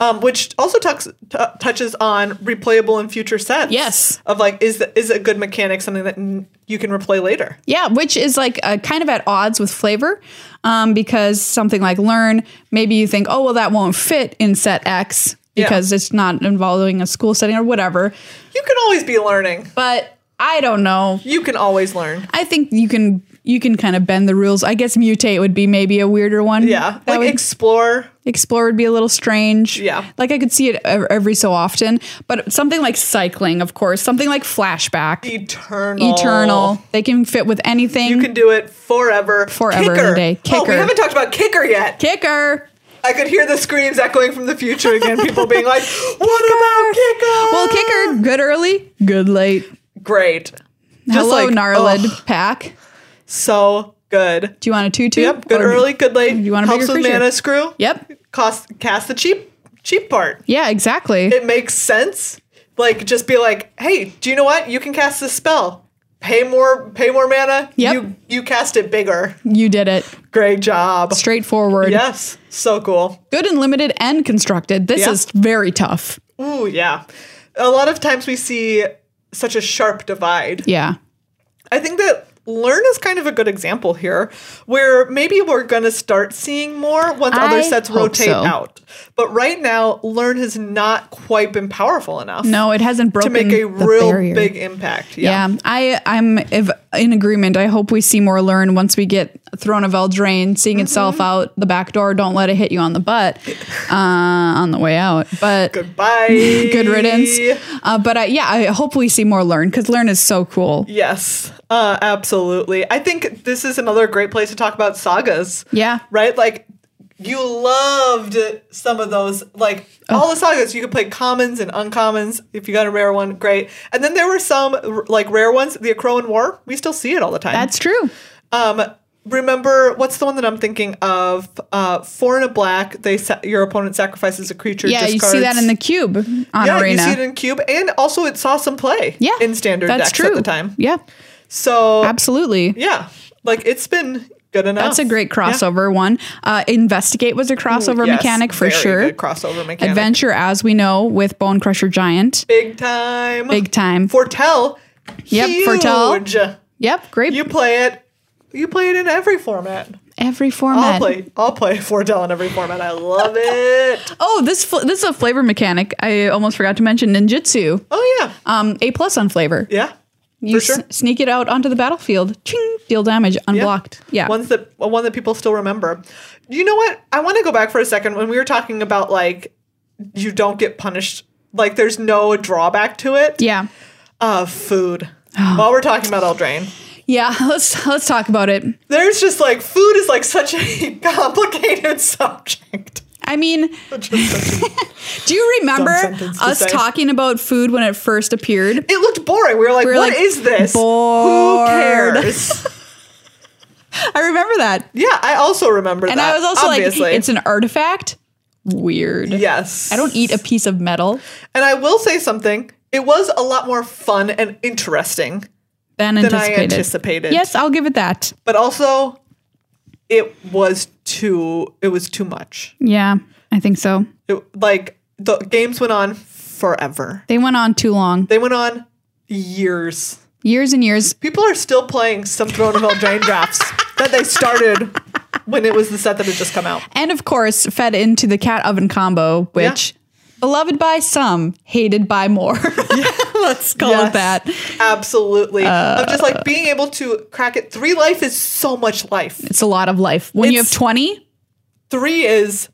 B: Um, which also tucks, t- touches on replayable in future sets.
A: Yes.
B: of like is the, is a good mechanic something that n- you can replay later?
A: Yeah, which is like uh, kind of at odds with flavor um, because something like learn, maybe you think, oh, well, that won't fit in set X
B: Yeah.
A: because it's not involving a school setting or whatever.
B: You can always be learning.
A: But I don't know.
B: You can always learn.
A: I think you can you can kind of bend the rules. I guess mutate would be maybe a weirder one.
B: Yeah,
A: That
B: like
A: would-
B: explore.
A: explore would be a little strange.
B: Yeah.
A: Like I could see it ev- every so often, but something like cycling, of course, something like flashback,
B: Eternal.
A: eternal, they can fit with anything.
B: You can do it forever.
A: Forever and
B: Kicker.
A: a day.
B: Oh, we
A: Kicker.
B: haven't talked about kicker yet.
A: kicker.
B: I could hear the screams echoing from the future again. People being like, "What
A: Well,
B: about kicker?"
A: kicker, good early, good late.
B: great. Ah. Just
A: Hello,
B: like,
A: Gnarled
B: ugh,
A: pack.
B: so good.
A: Do you want a tutu?
B: Yep. Good
A: Or-
B: early. Good late.
A: you want a
B: helps
A: bigger
B: with
A: creature.
B: mana screw.
A: Yep.
B: Cost cast the cheap cheap part.
A: Yeah, exactly.
B: It makes sense. Like just be like, hey, do you know what? You can cast this spell. Pay more. Pay more mana.
A: Yep.
B: You you cast it bigger.
A: you did it.
B: Great job.
A: Straightforward.
B: Yes. So cool.
A: Good and limited and constructed. This
B: Yeah.
A: is very tough.
B: Ooh, yeah. A lot of times we see such a sharp divide.
A: Yeah.
B: I think that Learn is kind of a good example here, where maybe we're going to start seeing more once
A: I
B: other sets
A: hope
B: rotate
A: so.
B: out. But right now, Learn has not quite been powerful enough
A: No, it hasn't
B: to
A: broken
B: make
A: the
B: a real
A: barrier.
B: big impact. Yeah.
A: Yeah. I I'm if, in agreement. I hope we see more learn once we get Throne of Eldraine seeing
B: Mm-hmm.
A: itself out the back door. Don't let it hit you on the butt uh, on the way out. But
B: Goodbye.
A: good riddance. Uh, but I, yeah, I hope we see more learn because learn is so cool.
B: Yes, uh, absolutely. I think this is another great place to talk about sagas.
A: Yeah.
B: Right? Like, you loved some of those, like all the sagas. You could play commons and uncommons. If you got a rare one, great. And then there were some r- like rare ones. The Acroan War, we still see it all the time.
A: That's true.
B: um, remember what's the one that I'm thinking of? Uh, four and a black. They sa- your opponent sacrifices a creature.
A: Yeah, you see that
B: discards-
A: in the cube on
B: yeah,
A: arena.
B: you see it in cube, and also it saw some play.
A: yeah,
B: in standard
A: that's
B: decks at the time.
A: Yeah,
B: So
A: absolutely.
B: yeah, like it's been good enough.
A: That's a great
B: Yeah.
A: crossover one. Uh, Investigate was a crossover
B: Yes,
A: mechanic for
B: very
A: sure.
B: good crossover mechanic.
A: Adventure, as we know, with Bone Crusher Giant.
B: Big time.
A: Big time.
B: Fortell.
A: Yep,
B: huge.
A: Fortell. Yep, great.
B: You play it. You play it in every format.
A: Every
B: I'll
A: format.
B: play. I'll play Fortell in every format. I love it.
A: Oh, this fl- this is a flavor mechanic. I almost forgot to mention ninjutsu.
B: Oh yeah.
A: Um, a plus on flavor.
B: Yeah.
A: You
B: for sure.
A: s- sneak it out onto the battlefield. Ching, deal damage unblocked. Yeah.
B: Ones that well, one that people still remember. You know what? I want to go back for a second when we were talking about like you don't get punished. Like there's no drawback to it.
A: yeah. Oh.
B: Uh, food. While we're talking about Eldraine,
A: Yeah. Let's let's talk about it.
B: there's just like food is like such a complicated subject.
A: I mean,
B: Just such a-
A: do you remember
B: Dumb sentence to
A: us
B: say.
A: talking about food when it first appeared?
B: it looked boring. We were like,
A: We
B: "What
A: were
B: is
A: like,
B: this?
A: bored.
B: Who cares?"
A: I remember that.
B: yeah, I also remember
A: And
B: that.
A: I was also
B: obviously.
A: like, it's an artifact. Weird.
B: yes.
A: I don't eat a piece of metal.
B: And I will say something. It was a lot more fun and interesting
A: Then
B: than I
A: anticipated.
B: anticipated.
A: Yes, I'll give it that.
B: but also it was too it was too much
A: Yeah, I think so.
B: it, like the games went on forever
A: They went on too long.
B: they went on years
A: Years and years.
B: people are still playing some throne of eldraine drafts that they started when it was the set that had just come out
A: And of course, fed into the cat oven combo, which beloved by some, hated by more. Let's call
B: Yes,
A: it that.
B: absolutely of just like being able to crack it three life is so much life
A: It's a lot of life. When you have
B: It's-
A: 20,
B: three is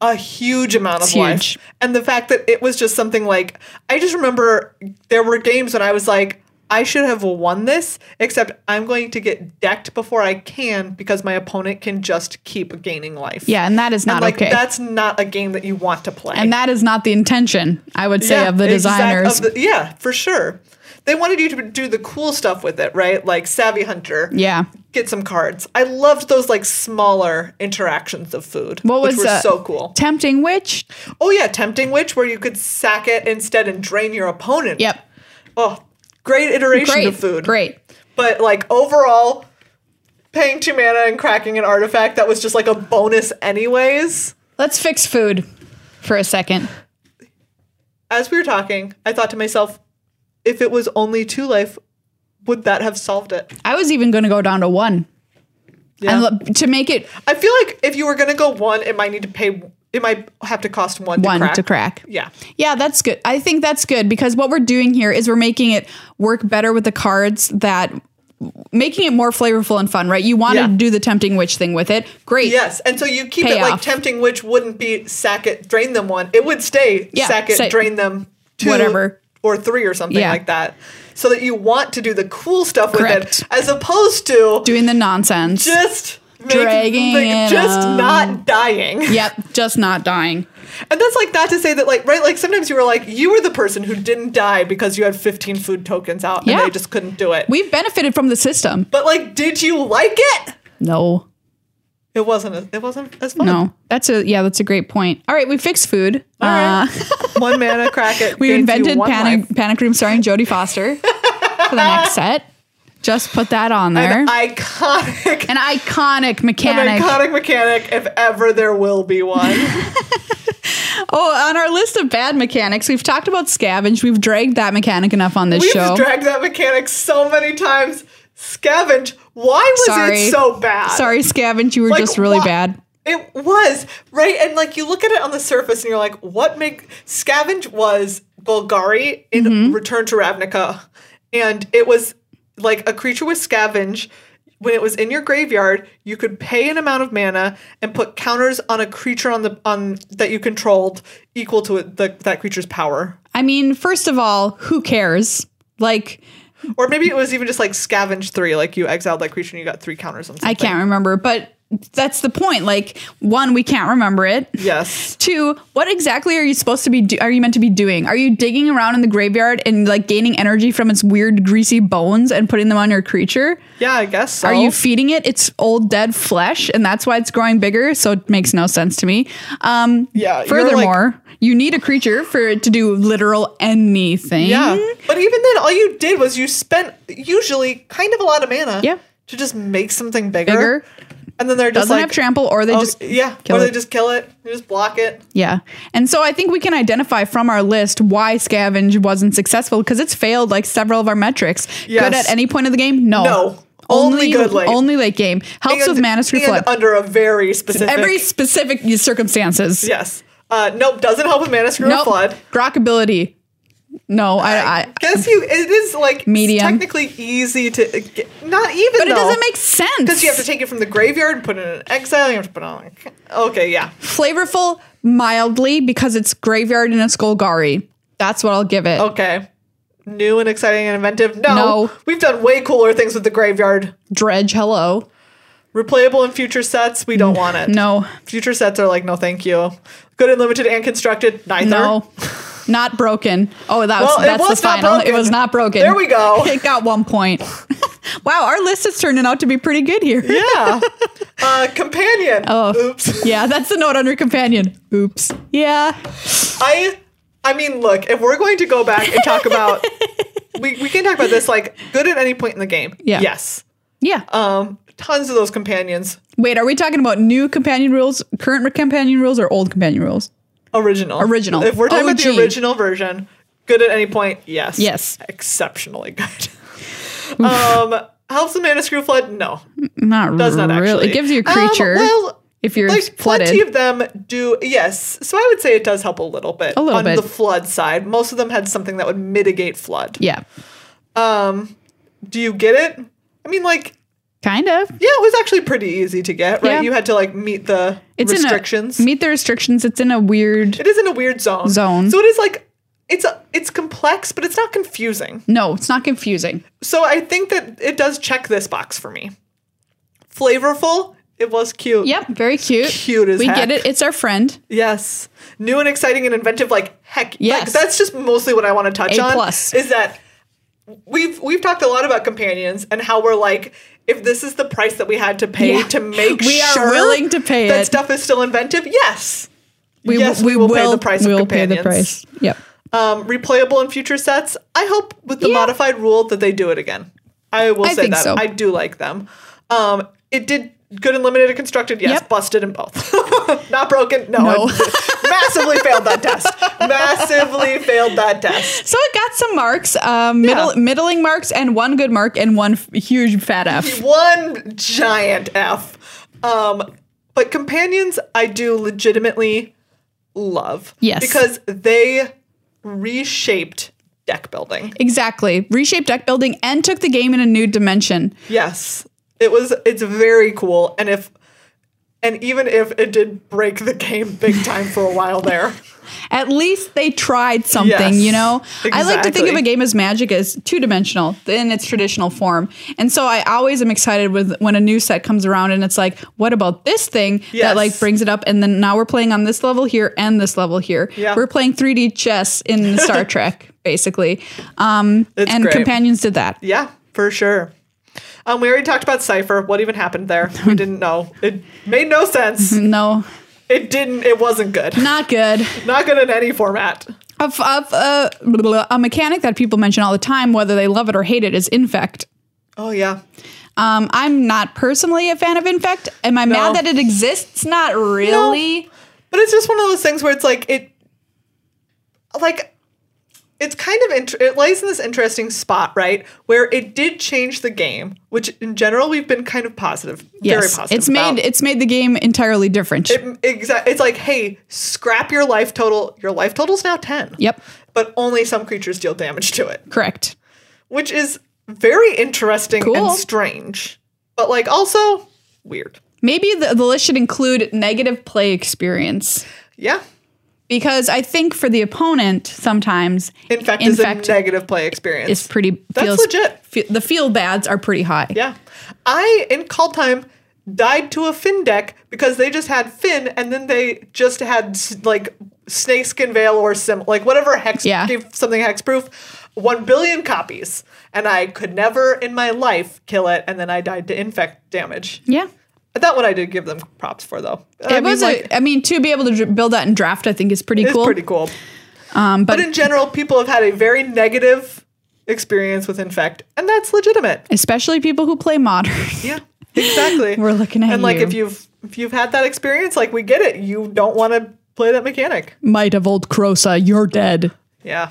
B: a huge amount of
A: It's
B: life.
A: huge.
B: And the fact that it was just something like I just remember there were games when I was like, I should have won this, except I'm going to get decked before I can because my opponent can just keep gaining life.
A: yeah, and that is
B: And
A: not
B: like
A: okay.
B: that's not a game that you want to play.
A: and that is not the intention, I would say, of the
B: exact-
A: designers.
B: of the- yeah, for sure. They wanted you to do the cool stuff with it, right? Like Savvy Hunter.
A: yeah.
B: Get some cards. I loved those like smaller interactions of food.
A: What was
B: which were
A: uh,
B: so cool.
A: Tempting Witch?
B: Oh yeah, tempting witch, where you could sack it instead and drain your opponent.
A: Yep.
B: Oh, great iteration
A: Great.
B: of food.
A: Great.
B: But like overall, paying two mana and cracking an artifact that was just like a bonus, anyways.
A: Let's fix food for a second.
B: As we were talking, I thought to myself, if it was only two life, would that have solved it?
A: I was even going to go down to one.
B: Yeah.
A: And look, to make it
B: I feel like if you were gonna go one, it might need to pay. It might have to cost one.
A: one
B: to crack.
A: to crack.
B: Yeah.
A: Yeah, that's good. I think that's good because what we're doing here is we're making it work better with the cards that making it more flavorful and fun, right? You wanted
B: Yeah.
A: to do the tempting witch thing with it. Great.
B: Yes, and so you keep it like
A: Payoff.
B: tempting witch wouldn't be sack it, drain them one. It would stay
A: Yeah,
B: sack it,
A: say-
B: drain them two
A: Whatever.
B: or three or something
A: Yeah.
B: like that. So that you want to do the cool stuff
A: Correct.
B: with it as opposed to
A: Doing the nonsense.
B: just making-
A: Dragging
B: like,
A: it
B: just
A: out.
B: not dying.
A: yep, just not dying.
B: And that's like not to say that like right like sometimes you were like you were the person who didn't die because you had 15 food tokens out
A: Yeah.
B: and they just couldn't do it.
A: We've benefited from the system.
B: but like did you like it?
A: No.
B: It wasn't a, it wasn't as fun.
A: No. That's a yeah, that's a great point. All right, we fixed food.
B: All right.
A: Uh,
B: one mana crack it.
A: we
B: gave you
A: invented
B: one life.
A: panic, panic Room starring Jodie Foster for the next set. Just put that on there. An,
B: an iconic,
A: iconic
B: an
A: mechanic.
B: iconic mechanic, if ever there will be one.
A: Oh, on our list of bad mechanics, we've talked about scavenge. We've dragged that mechanic enough on this
B: We've
A: show.
B: dragged that mechanic so many times. Scavenge, why was
A: Sorry.
B: it so bad?
A: Sorry, scavenge, you were
B: Like,
A: just really
B: wha-
A: bad.
B: It was right, and like you look at it on the surface, and you're like, "What make scavenge was Bulgari in
A: Mm-hmm.
B: Return to Ravnica, and it was like a creature with scavenge. When it was in your graveyard, you could pay an amount of mana and put counters on a creature on the on that you controlled equal to it, the, that creature's power,
A: I mean, first of all, who cares? Like,
B: or maybe it was even just like scavenge three, like you exiled that creature and you got three counters on. Something.
A: I can't remember, but that's the point. Like, one, we can't remember it.
B: Yes.
A: Two, what exactly are you supposed to be? Do- are you meant to be doing? Are you digging around in the graveyard and like gaining energy from its weird greasy bones and putting them on your creature?
B: Yeah, I guess so.
A: Are you feeding it its old dead flesh, and that's why it's growing bigger? So it makes no sense to me. Um,
B: Yeah, you're like-
A: Furthermore, you need a creature for it to do literal anything.
B: yeah.
A: Mm-hmm.
B: But even then, all you did was you spent usually kind of a lot of mana
A: Yeah.
B: to just make something bigger.
A: Bigger
B: And then they're just
A: doesn't
B: like,
A: have trample, or they
B: oh,
A: just
B: yeah,
A: kill
B: or they
A: it.
B: just kill it, they just block it.
A: Yeah. And so I think we can identify from our list why Scavenge wasn't successful because it's failed like several of our metrics. Good
B: Yes.
A: at any point of the game? No.
B: No. Only good late.
A: Only late game. Helps with mana through
B: and
A: flood.
B: under a very specific.
A: Every specific circumstances.
B: yes. Uh, nope, doesn't help with mana screw or
A: No.
B: flood.
A: Rock ability. No, I, I
B: guess you. It is like
A: Medium.
B: technically easy to uh, get, not even.
A: but it doesn't make sense.
B: because you have to take it from the graveyard and put it in exile. You have to put it on. Okay, yeah,
A: flavorful mildly because it's graveyard and it's Golgari. That's what I'll give it.
B: okay. New and exciting and inventive. No,
A: No.
B: we've done way cooler things with the graveyard.
A: Dredge, hello.
B: Replayable in future sets. We don't want it.
A: No.
B: Future sets are like no, thank you. Good and limited and constructed. Neither.
A: No, not broken. Oh, that was,
B: Well, it
A: that's
B: was
A: the
B: not
A: final. It
B: broken.
A: was not broken.
B: There we go.
A: It got one point. wow, our list is turning out to be pretty good here. Yeah,
B: Yeah. uh, companion.
A: Oh.
B: Oops.
A: that's the note under companion. Oops. Yeah.
B: I I mean, look, if we're going to go back and talk about we, we can talk about this like good at any point in the game.
A: Yeah.
B: Yes.
A: Yeah.
B: Um tons of those companions.
A: Wait, are we talking about new companion rules, current companion rules, or old companion rules?
B: Original.
A: Original.
B: If we're talking about
A: OG.
B: the original version, good at any point, yes.
A: Yes.
B: Exceptionally good. um helps the mana screw flood? No.
A: Not
B: Does not
A: really.
B: actually.
A: It gives you a
B: Um,
A: creature
B: well,
A: if you're
B: like plenty
A: flooded.
B: of them do yes. So I would say it does help a little bit
A: A little
B: on
A: bit.
B: the flood side. Most of them had something that would mitigate flood.
A: yeah,
B: Um, do you get it? I mean, like,
A: kind of.
B: yeah, it was actually pretty easy to get, right?
A: Yeah.
B: You had to like meet the
A: It's
B: restrictions.
A: in a, meet the restrictions. It's in a weird.
B: it is in a weird zone.
A: Zone.
B: So it is like it's a, it's complex, but it's not confusing.
A: No, it's not confusing.
B: So I think that it does check this box for me. Flavorful. It was cute.
A: Yep, very cute.
B: Cute as
A: we
B: heck.
A: get it. It's our friend.
B: Yes. New and exciting and inventive, like heck. Like,
A: Yes.
B: that's just mostly what I want to touch
A: A
B: on.
A: plus.
B: Is that we've we've talked a lot about companions and how we're like, if this is the price that we had to pay
A: Yeah.
B: to make
A: We are
B: sure
A: willing to pay
B: that
A: it.
B: stuff is still inventive, yes.
A: we,
B: yes,
A: we, will, pay the price.
B: of
A: We'll pay
B: companions.
A: the price. Yep.
B: Um, replayable in future sets. I hope with the
A: Yeah.
B: modified rule that they do it again. I will
A: I
B: say
A: think
B: that
A: so.
B: I do like them. Um, it did good and limited and constructed. Yes,
A: Yep.
B: busted in both. Not broken. No,
A: No.
B: it massively failed that test. Massively failed that test.
A: So it got some marks, um, middle, middling marks, and one good mark, and one f- huge fat F.
B: One giant F. Um, but companions, I do legitimately love.
A: Yes.
B: because they reshaped deck building.
A: Exactly. Reshaped deck building and took the game in a new dimension.
B: Yes. It was it's very cool and if and even if it did break the game big time for a while there.
A: At least they tried something,
B: Yes,
A: you know? I like to think of
B: exactly.
A: a game as magic as two dimensional in its traditional form. And so I always am excited with when a new set comes around and it's like, what about this thing
B: Yes.
A: that like brings it up? And then now we're playing on this level here and this level here.
B: Yeah.
A: We're playing 3D chess in Star Trek, basically. Um,
B: It's
A: and
B: great.
A: companions did that.
B: Yeah, for sure. Um, we already talked about Cypher. What even happened there? We didn't know. It made no sense.
A: No,
B: It didn't it wasn't good.
A: not good.
B: Not good in any format.
A: Of, of uh, blah, blah, blah. a mechanic that people mention all the time, whether they love it or hate it, is infect.
B: Oh yeah.
A: Um, I'm not personally a fan of infect. Am I mad that it exists? Not really.
B: But it's just one of those things where it's like it like it's kind of int- it lays in this interesting spot, right? Where it did change the game, which in general we've been kind of positive, very
A: Yes,
B: positive.
A: it's made
B: about.
A: it's made the game entirely different.
B: It, exact, it's like, hey, scrap your life total. Your life total's now 10.
A: yep,
B: But only some creatures deal damage to it,
A: correct.
B: which is very interesting
A: Cool.
B: and strange. But like also weird.
A: Maybe the, the list should include negative play experience
B: Yeah.
A: because I think for the opponent sometimes
B: In fact, it's
A: Infect
B: a negative play experience.
A: is pretty
B: That's
A: feels
B: legit.
A: fe- the feel bads are pretty high.
B: yeah. I in call time died to a fin deck because they just had fin and then they just had s- like snakeskin veil or sim like whatever hex
A: Yeah.
B: gave something hex proof 1 billion copies and i could never in my life kill it and then i died to infect damage
A: Yeah.
B: that one i did give them props for though it
A: it was a, I mean, to be able to dr- build that in draft, I think is pretty
B: it's
A: cool.
B: pretty cool
A: um,
B: but in general people have had a very negative experience with infect and that's legitimate
A: especially people who play modern.
B: Yeah, exactly.
A: We're looking at
B: and like
A: you.
B: if you've if you've had that experience, like we get it. You don't want to play that mechanic.
A: Might of old Crosa, you're dead.
B: Yeah.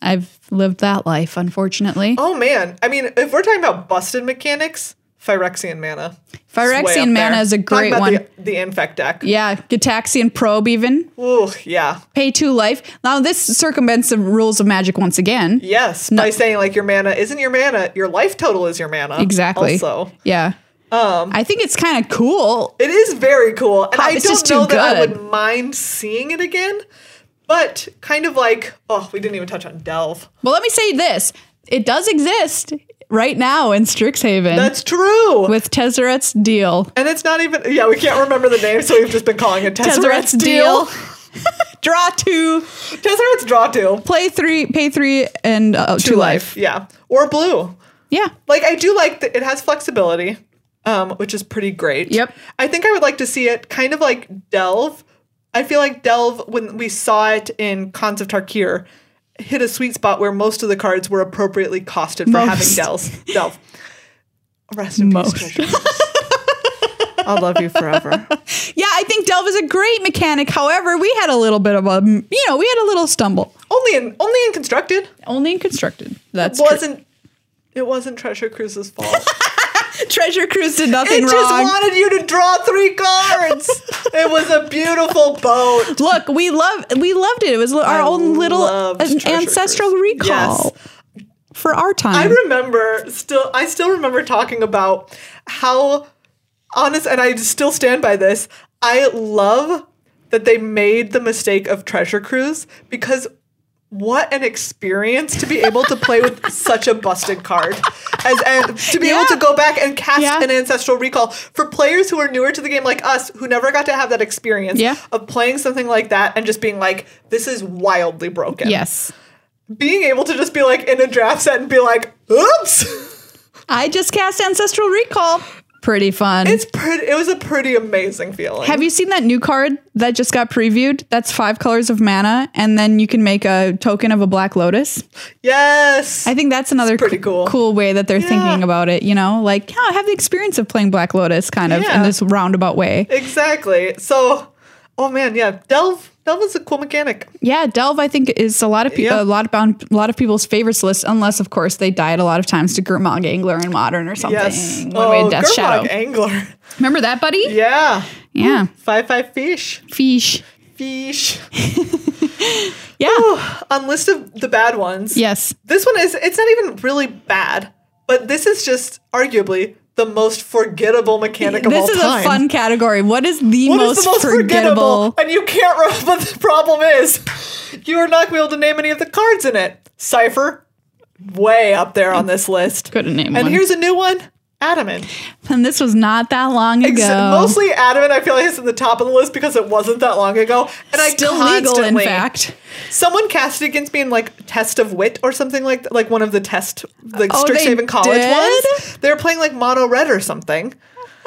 A: I've lived that life, unfortunately.
B: Oh man. I mean, if we're talking about busted mechanics, Phyrexian mana. It's way up
A: Phyrexian mana
B: there.
A: is a
B: Talking
A: great
B: about
A: one.
B: The, the infect deck.
A: Yeah, Gataxian probe even
B: Ooh, yeah.
A: pay two life. Now this circumvents the rules of magic once again.
B: Yes. By saying like your mana isn't your mana, your life total is your mana.
A: Exactly.
B: Also. Um,
A: yeah. I think it's kind of cool.
B: It is very cool, and I
A: it's
B: don't
A: just too
B: know that I
A: good.
B: would mind seeing it again. But kind of like, oh, we didn't even touch on Delve.
A: But let me say this: it does exist right now in Strixhaven
B: That's true.
A: with Tezzeret's deal.
B: And it's not even yeah, we can't remember the name, so we've just been calling it
A: Tezzeret's
B: Tesseract's deal.
A: deal. Draw two,
B: Tesseract's draw two.
A: play three, pay three, and uh, two, life.
B: Yeah. Or blue.
A: Yeah.
B: Like I do like that it has flexibility, um, which is pretty great.
A: Yep.
B: I think I would like to see it kind of like Delve. I feel like Delve, when we saw it in Cons of Tarkir, hit a sweet spot where most of the cards were appropriately costed for having
A: Most.
B: Delve. Delve. Rest in
A: Most.
B: peace. Treasure Chest. I'll love you forever.
A: Yeah, I think Delve is a great mechanic. However, we had a little bit of a, you know, we had a little stumble.
B: only in only in constructed.
A: Only in constructed. That's true.
B: wasn't it wasn't Treasure Cruise's fault.
A: Treasure Cruise did
B: it
A: nothing
B: just
A: wrong.
B: wanted you to draw three cards. it was a beautiful boat.
A: Look, we love we loved it. It was our own little
B: loved
A: an-
B: Treasure
A: ancestral
B: Cruise.
A: recall for our
B: I
A: time.
B: remember still I still remember talking about how honest and I still stand by this. I love that they made the mistake of Treasure Cruise because what an experience to be able to play with such a busted card as and to be able
A: Yeah.
B: to go back and cast
A: Yeah.
B: an ancestral recall for players who are newer to the game like us who never got to have that experience
A: Yeah.
B: of playing something like that and just being like this is wildly broken
A: yes.
B: being able to just be like in a draft set and be like, oops.
A: I just cast ancestral recall. Pretty fun.
B: It's pretty it was a pretty amazing feeling.
A: Have you seen that new card that just got previewed? That's 5 colors of mana and then you can make a token of a black lotus.
B: yes.
A: I think that's another
B: pretty
A: co-
B: cool.
A: cool way that they're
B: Yeah.
A: thinking about it, you know? Like, yeah, have the experience of playing black lotus kind of
B: Yeah.
A: in this roundabout way.
B: exactly. So oh man, yeah. Delve Delve is a cool mechanic.
A: Yeah, Delve, I think, is a lot of pe-
B: Yeah.
A: a lot of bound, a lot of people's favorites list, unless of course they died a lot of times to Gurmog Angler in Modern or something.
B: Yes.
A: When
B: Oh,
A: we had Death
B: Gurmag
A: Shadow.
B: Angler.
A: Remember that, buddy? Yeah.
B: Yeah. Five five fish.
A: Fish.
B: Fish.
A: Yeah.
B: On list of the bad ones.
A: Yes.
B: This one is it's not even really bad, but this is just arguably the most forgettable mechanic of all
A: This
B: time.
A: is a fun category. What is the,
B: What
A: most,
B: is the most forgettable?
A: forgettable?
B: And you can't remember what the problem is. You are not going to be able to name any of the cards in it. Cypher, way up there on this list.
A: Couldn't name
B: And
A: one.
B: here's a new one. Adamant.
A: And this was not that long ago.
B: Ex- Mostly Adamant, I feel like it's in the top of the list because it wasn't that long ago. And I
A: Still legal,
B: constantly,
A: in fact.
B: Someone cast it against me in like Test of Wit or something like that, like one of the test, like
A: Oh, they
B: Strixhaven College
A: did?
B: ones. They were playing like Mono Red or something.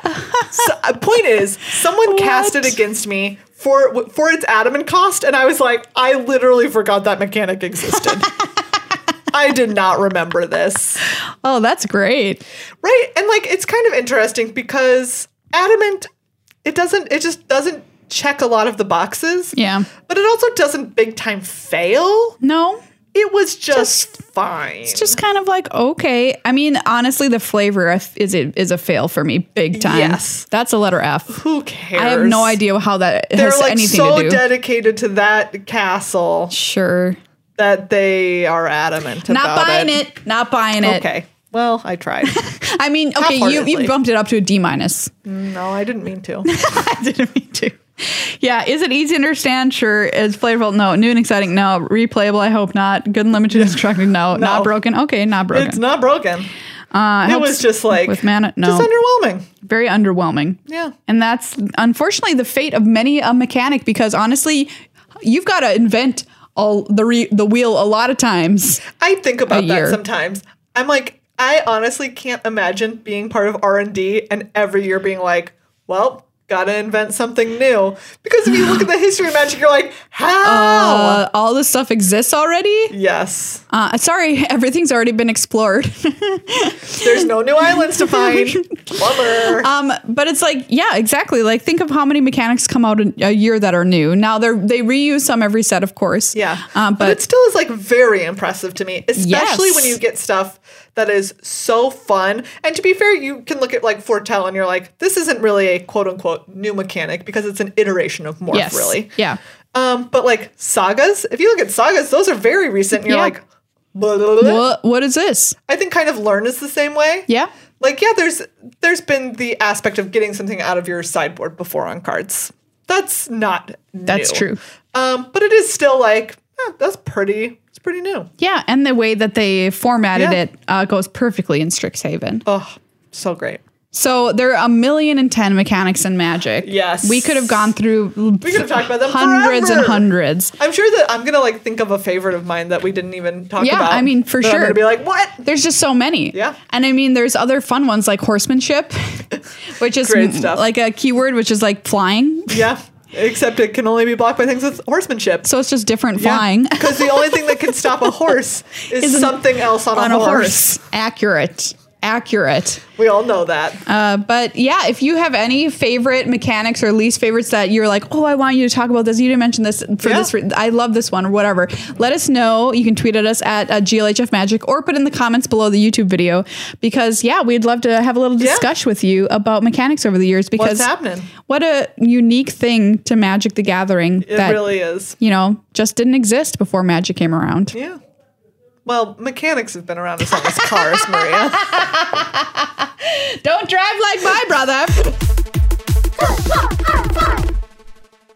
B: so, uh, point is, someone cast it
A: What?
B: against me for for its adamant cost, and I was like, I literally forgot that mechanic existed. I did not remember this.
A: Oh, that's great.
B: Right. And like it's kind of interesting because adamant it doesn't it just doesn't check a lot of the boxes.
A: Yeah.
B: But it also doesn't big time fail.
A: No,
B: It was just, fine.
A: it's just kind of like okay. I mean, honestly, the flavor f- is it is a fail for me, big time.
B: Yes.
A: that's a letter F.
B: who cares?
A: I have no idea how that
B: They're
A: has
B: like
A: anything
B: so
A: to do.
B: dedicated to that castle
A: Sure.
B: that they are adamant
A: Not
B: about
A: buying it. Not buying it.
B: Okay. Well, I tried.
A: I mean, okay, you,
B: Half-heartedly.
A: you bumped it up to a D minus.
B: Mm, no, I didn't mean to.
A: I didn't mean to. Yeah, is it easy to understand? Sure. Is flavorful? No. New and exciting? No. Replayable? I hope not. Good and limited is constructed? No.
B: No.
A: Not broken? Okay, not broken.
B: It's not broken.
A: Uh,
B: It
A: helps
B: was just like
A: with mana. No,
B: just underwhelming.
A: very underwhelming.
B: Yeah.
A: And that's unfortunately the fate of many a mechanic because honestly, you've got to invent all the re- the wheel a lot of times.
B: I think about that
A: year.
B: sometimes. I'm like, I honestly can't imagine being part of R and D and every year being like, well, gotta invent something new. Because if you look at the history of magic, you're like, how?
A: Uh, all this stuff exists already.
B: yes,
A: Uh, sorry, everything's already been explored.
B: there's no new islands to find. Bummer.
A: Um, but it's like, yeah, exactly. Like, think of how many mechanics come out a, a year that are new. Now they are they reuse some every set, of course.
B: yeah,
A: Uh,
B: but, it
A: but
B: still is like very impressive to me, especially
A: Yes.
B: when you get stuff that is so fun. And to be fair, you can look at like Fortell and you're like, this isn't really a quote unquote new mechanic because it's an iteration of morph,
A: yes,
B: really.
A: yeah,
B: Um, but like sagas, if you look at sagas, those are very recent. And you're
A: Yeah.
B: like, blah, blah, blah.
A: what what is this?
B: I think kind of learn is the same way.
A: Yeah,
B: Like, yeah, there's there's been the aspect of getting something out of your sideboard before on cards. That's not
A: That's
B: new.
A: true.
B: Um, but it is still like eh, that's pretty. It's pretty new.
A: yeah, and the way that they formatted
B: Yeah.
A: it uh, goes perfectly in Strixhaven.
B: Oh, so great.
A: So there are a million and ten mechanics in Magic.
B: Yes.
A: we could have gone through we
B: could have talked about them
A: hundreds and
B: forever.
A: hundreds.
B: I'm sure that I'm gonna like think of a favorite of mine that we didn't even talk
A: Yeah,
B: about.
A: I mean, for
B: that I'm
A: sure.
B: gonna be like, what?
A: There's just so many.
B: Yeah.
A: And I mean, there's other fun ones like horsemanship, which is
B: Great
A: m-
B: stuff.
A: like a keyword, which is like flying.
B: Yeah. Except it can only be blocked by things with horsemanship.
A: So it's just different flying.
B: Because the only thing that can stop a horse is
A: Is an-
B: something else on,
A: on
B: a,
A: a
B: horse.
A: horse. Accurate. Accurate.
B: We all know that.
A: Uh, but yeah, if you have any favorite mechanics or least favorites that you're like, oh, I want you to talk about this. You didn't mention this for
B: Yeah.
A: this. Re- I love this one or whatever. Let us know. You can tweet at us at uh, GLHF Magic or put in the comments below the YouTube video because yeah, we'd love to have a little
B: Yeah.
A: discussion with you about mechanics over the years because
B: What's happening?
A: what a unique thing to Magic the Gathering
B: It
A: that
B: really is.
A: you know just didn't exist before Magic came around.
B: Yeah. Well, mechanics have been around as long as cars, Maria.
A: Don't drive like my brother.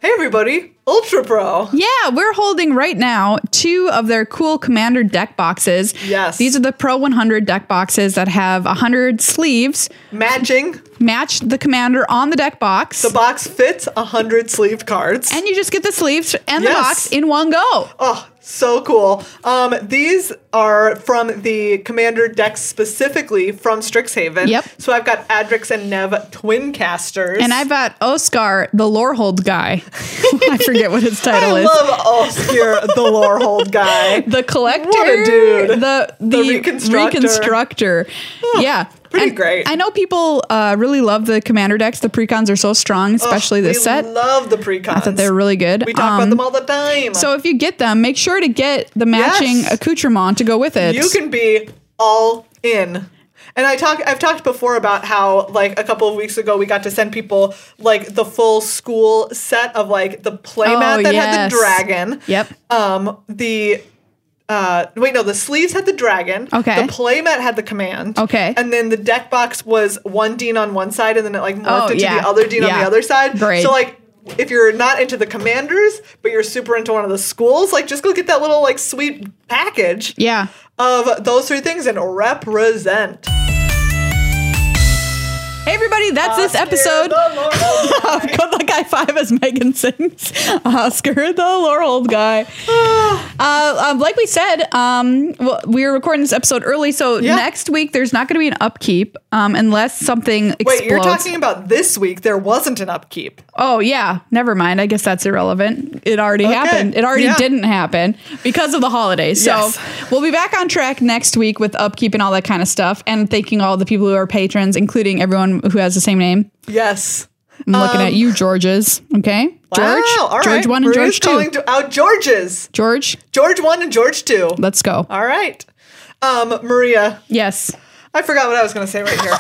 B: Hey, everybody. Ultra Pro.
A: Yeah, we're holding right now two of their cool Commander deck boxes.
B: Yes.
A: These are the Pro 100 deck boxes that have 100 sleeves.
B: Matching.
A: Match the Commander on the deck box.
B: The box fits 100 sleeved cards.
A: and you just get the sleeves and
B: Yes.
A: the box in one go.
B: Oh, so cool. Um, these are from the Commander decks specifically from Strixhaven.
A: Yep.
B: So I've got Adrix and Nev twin casters.
A: And I've got Oscar, the Lorehold guy. I forget what his title
B: I
A: is.
B: love Oscar the Lorehold guy.
A: the collector,
B: dude.
A: the the,
B: reconstructor.
A: reconstructor. yeah,
B: pretty
A: And
B: great.
A: I know people uh, really love the commander decks. The precons are so strong, especially
B: Oh, we
A: this set.
B: Love the precons.
A: that they're really good.
B: We talk
A: Um,
B: about them all the time.
A: So if you get them, make sure to get the matching
B: Yes.
A: accoutrement to go with it.
B: you can be all in. And I talk I've talked before about how like a couple of weeks ago we got to send people like the full school set of like the playmat
A: Oh,
B: that had
A: yes.
B: the dragon.
A: Yep.
B: Um the uh wait no, the sleeves had the dragon.
A: Okay.
B: The playmat had the command.
A: Okay.
B: And then the deck box was one dean on one side and then it like morphed
A: Oh,
B: into
A: yeah.
B: the other dean on
A: Yeah.
B: the other side.
A: Great.
B: So like if you're not into the commanders, but you're super into one of the schools, like just go get that little like sweet package
A: Yeah.
B: of those three things and represent.
A: Hey everybody, that's this
B: Oscar
A: episode.
B: the Laurel Guy.
A: of Good Luck I Five as Megan sings Oscar the Laurel guy. Uh, um, like we said, um, well, we were recording this episode early, so
B: Yeah.
A: next week there's not going to be an upkeep um, unless something explodes.
B: Wait, you're talking about this week. There wasn't an upkeep.
A: Oh yeah, never mind. I guess that's irrelevant. It already happened. It already
B: Yeah.
A: didn't happen because of the holidays. So
B: Yes.
A: we'll be back on track next week with upkeep and all that kind of stuff. And thanking all the people who are patrons, including everyone who has the same name.
B: Yes.
A: I'm looking at you, Georges. Okay, George,
B: Um, Wow, all
A: George
B: right.
A: one and George
B: Maria's
A: two.
B: calling to- out George's.
A: George,
B: George one and George two.
A: let's go.
B: All right. Um, Maria,
A: Yes.
B: I forgot what I was going to say right here.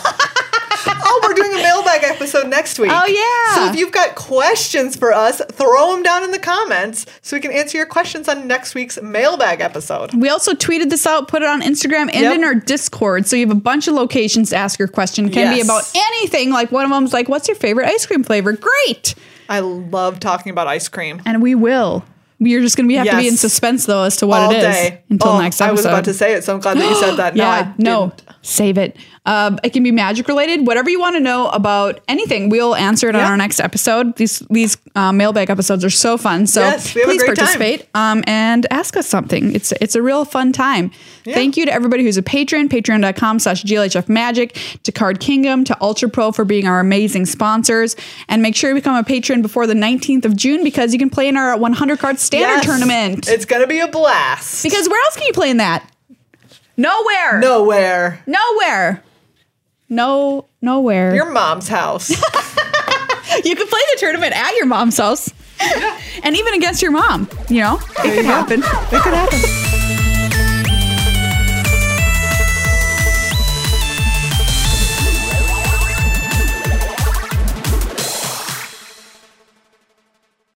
B: oh, we're doing a mailbag episode next week.
A: Oh, yeah.
B: So if you've got questions for us, throw them down in the comments so we can answer your questions on next week's mailbag episode.
A: We also tweeted this out, put it on Instagram, and
B: Yep.
A: in our Discord. So you have a bunch of locations to ask your question. It Can be
B: Yes.
A: about anything. Like one of them's like, "What's your favorite ice cream flavor?" Great.
B: I love talking about ice cream.
A: And we will. You're just going to have to be
B: Yes.
A: in suspense, though, as to what it is until
B: Oh,
A: next episode.
B: I was about to say it, so I'm glad that you said that.
A: yeah,
B: No, I
A: no,
B: didn't.
A: Save it. Uh, it can be magic related. Whatever you want to know about anything, we'll answer it
B: Yeah.
A: on our next episode. These these uh, mailbag episodes are so fun. So
B: Yes, we have a
A: please
B: great time.
A: participate um, and ask us something. It's it's a real fun time. Thank you to everybody who's a patron, patreon.com slash GLHF Magic, to Card Kingdom, to Ultra Pro for being our amazing sponsors. And make sure you become a patron before the 19th of June because you can play in our 100 card standard
B: Yes.
A: tournament.
B: It's gonna be a blast.
A: because where else can you play in that? Nowhere.
B: Nowhere.
A: Nowhere. No, nowhere.
B: Your mom's house.
A: you can play the tournament at your mom's house and even against your mom, you know? It could happen. It could happen.